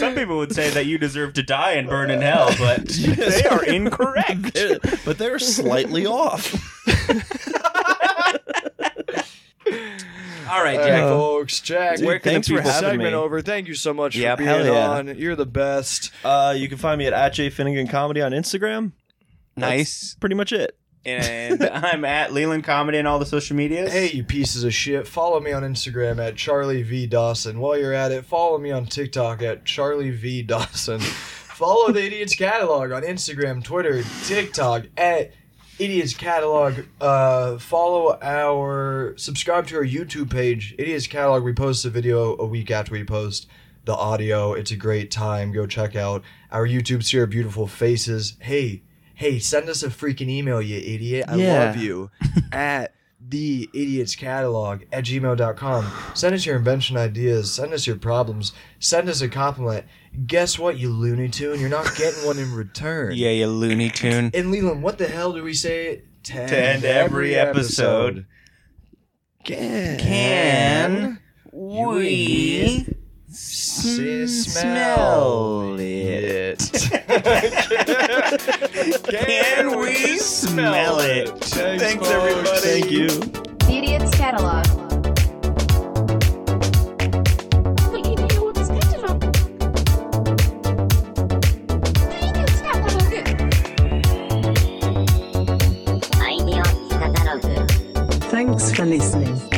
Speaker 1: Some people would say that you deserve to die and burn in hell,
Speaker 3: <laughs>
Speaker 1: but they are incorrect.
Speaker 3: They're- but they're slightly off
Speaker 1: All right,
Speaker 2: All right,
Speaker 3: Uh,
Speaker 1: Jack.
Speaker 2: folks, Jack,
Speaker 3: Dude,
Speaker 2: where can
Speaker 3: thanks
Speaker 2: the
Speaker 3: for
Speaker 2: people
Speaker 3: having
Speaker 2: segment
Speaker 3: me.
Speaker 2: over? Thank you so much
Speaker 3: Yep,
Speaker 2: for being
Speaker 3: hell yeah.
Speaker 2: on. You're the best.
Speaker 3: uh you can find me at, at @jfinnegan comedy on instagram
Speaker 1: nice.
Speaker 3: pretty much it
Speaker 1: And I'm at Leland Comedy and all the social medias.
Speaker 2: Hey, you pieces of shit. Follow me on Instagram at Charlie V Dawson. While you're at it, follow me on TikTok at Charlie V Dawson. <laughs> follow the Idiots Catalog on Instagram, Twitter, TikTok at Idiots Catalog. Uh, follow our, subscribe to our YouTube page, Idiots Catalog. We post a video a week after we post the audio. It's a great time. Go check out our YouTube's here, Beautiful Faces. Hey, hey, send us a freaking email, you idiot. I
Speaker 3: Yeah.
Speaker 2: love you. at the idiots catalog at gmail.com send us your invention ideas send us your problems send us a compliment guess what you looney tune you're not getting one in
Speaker 1: <laughs>
Speaker 2: return
Speaker 1: Yeah, you loony tune.
Speaker 2: and leland what the hell do we say to end,
Speaker 1: end every episode.
Speaker 2: can,
Speaker 1: we
Speaker 2: see, smell
Speaker 1: smell
Speaker 2: it
Speaker 1: <laughs> Can we smell it?
Speaker 2: Thanks,
Speaker 1: Thanks,
Speaker 2: folks.
Speaker 1: everybody.
Speaker 3: thank you
Speaker 7: The Idiot's Catalog.
Speaker 8: Thanks for listening.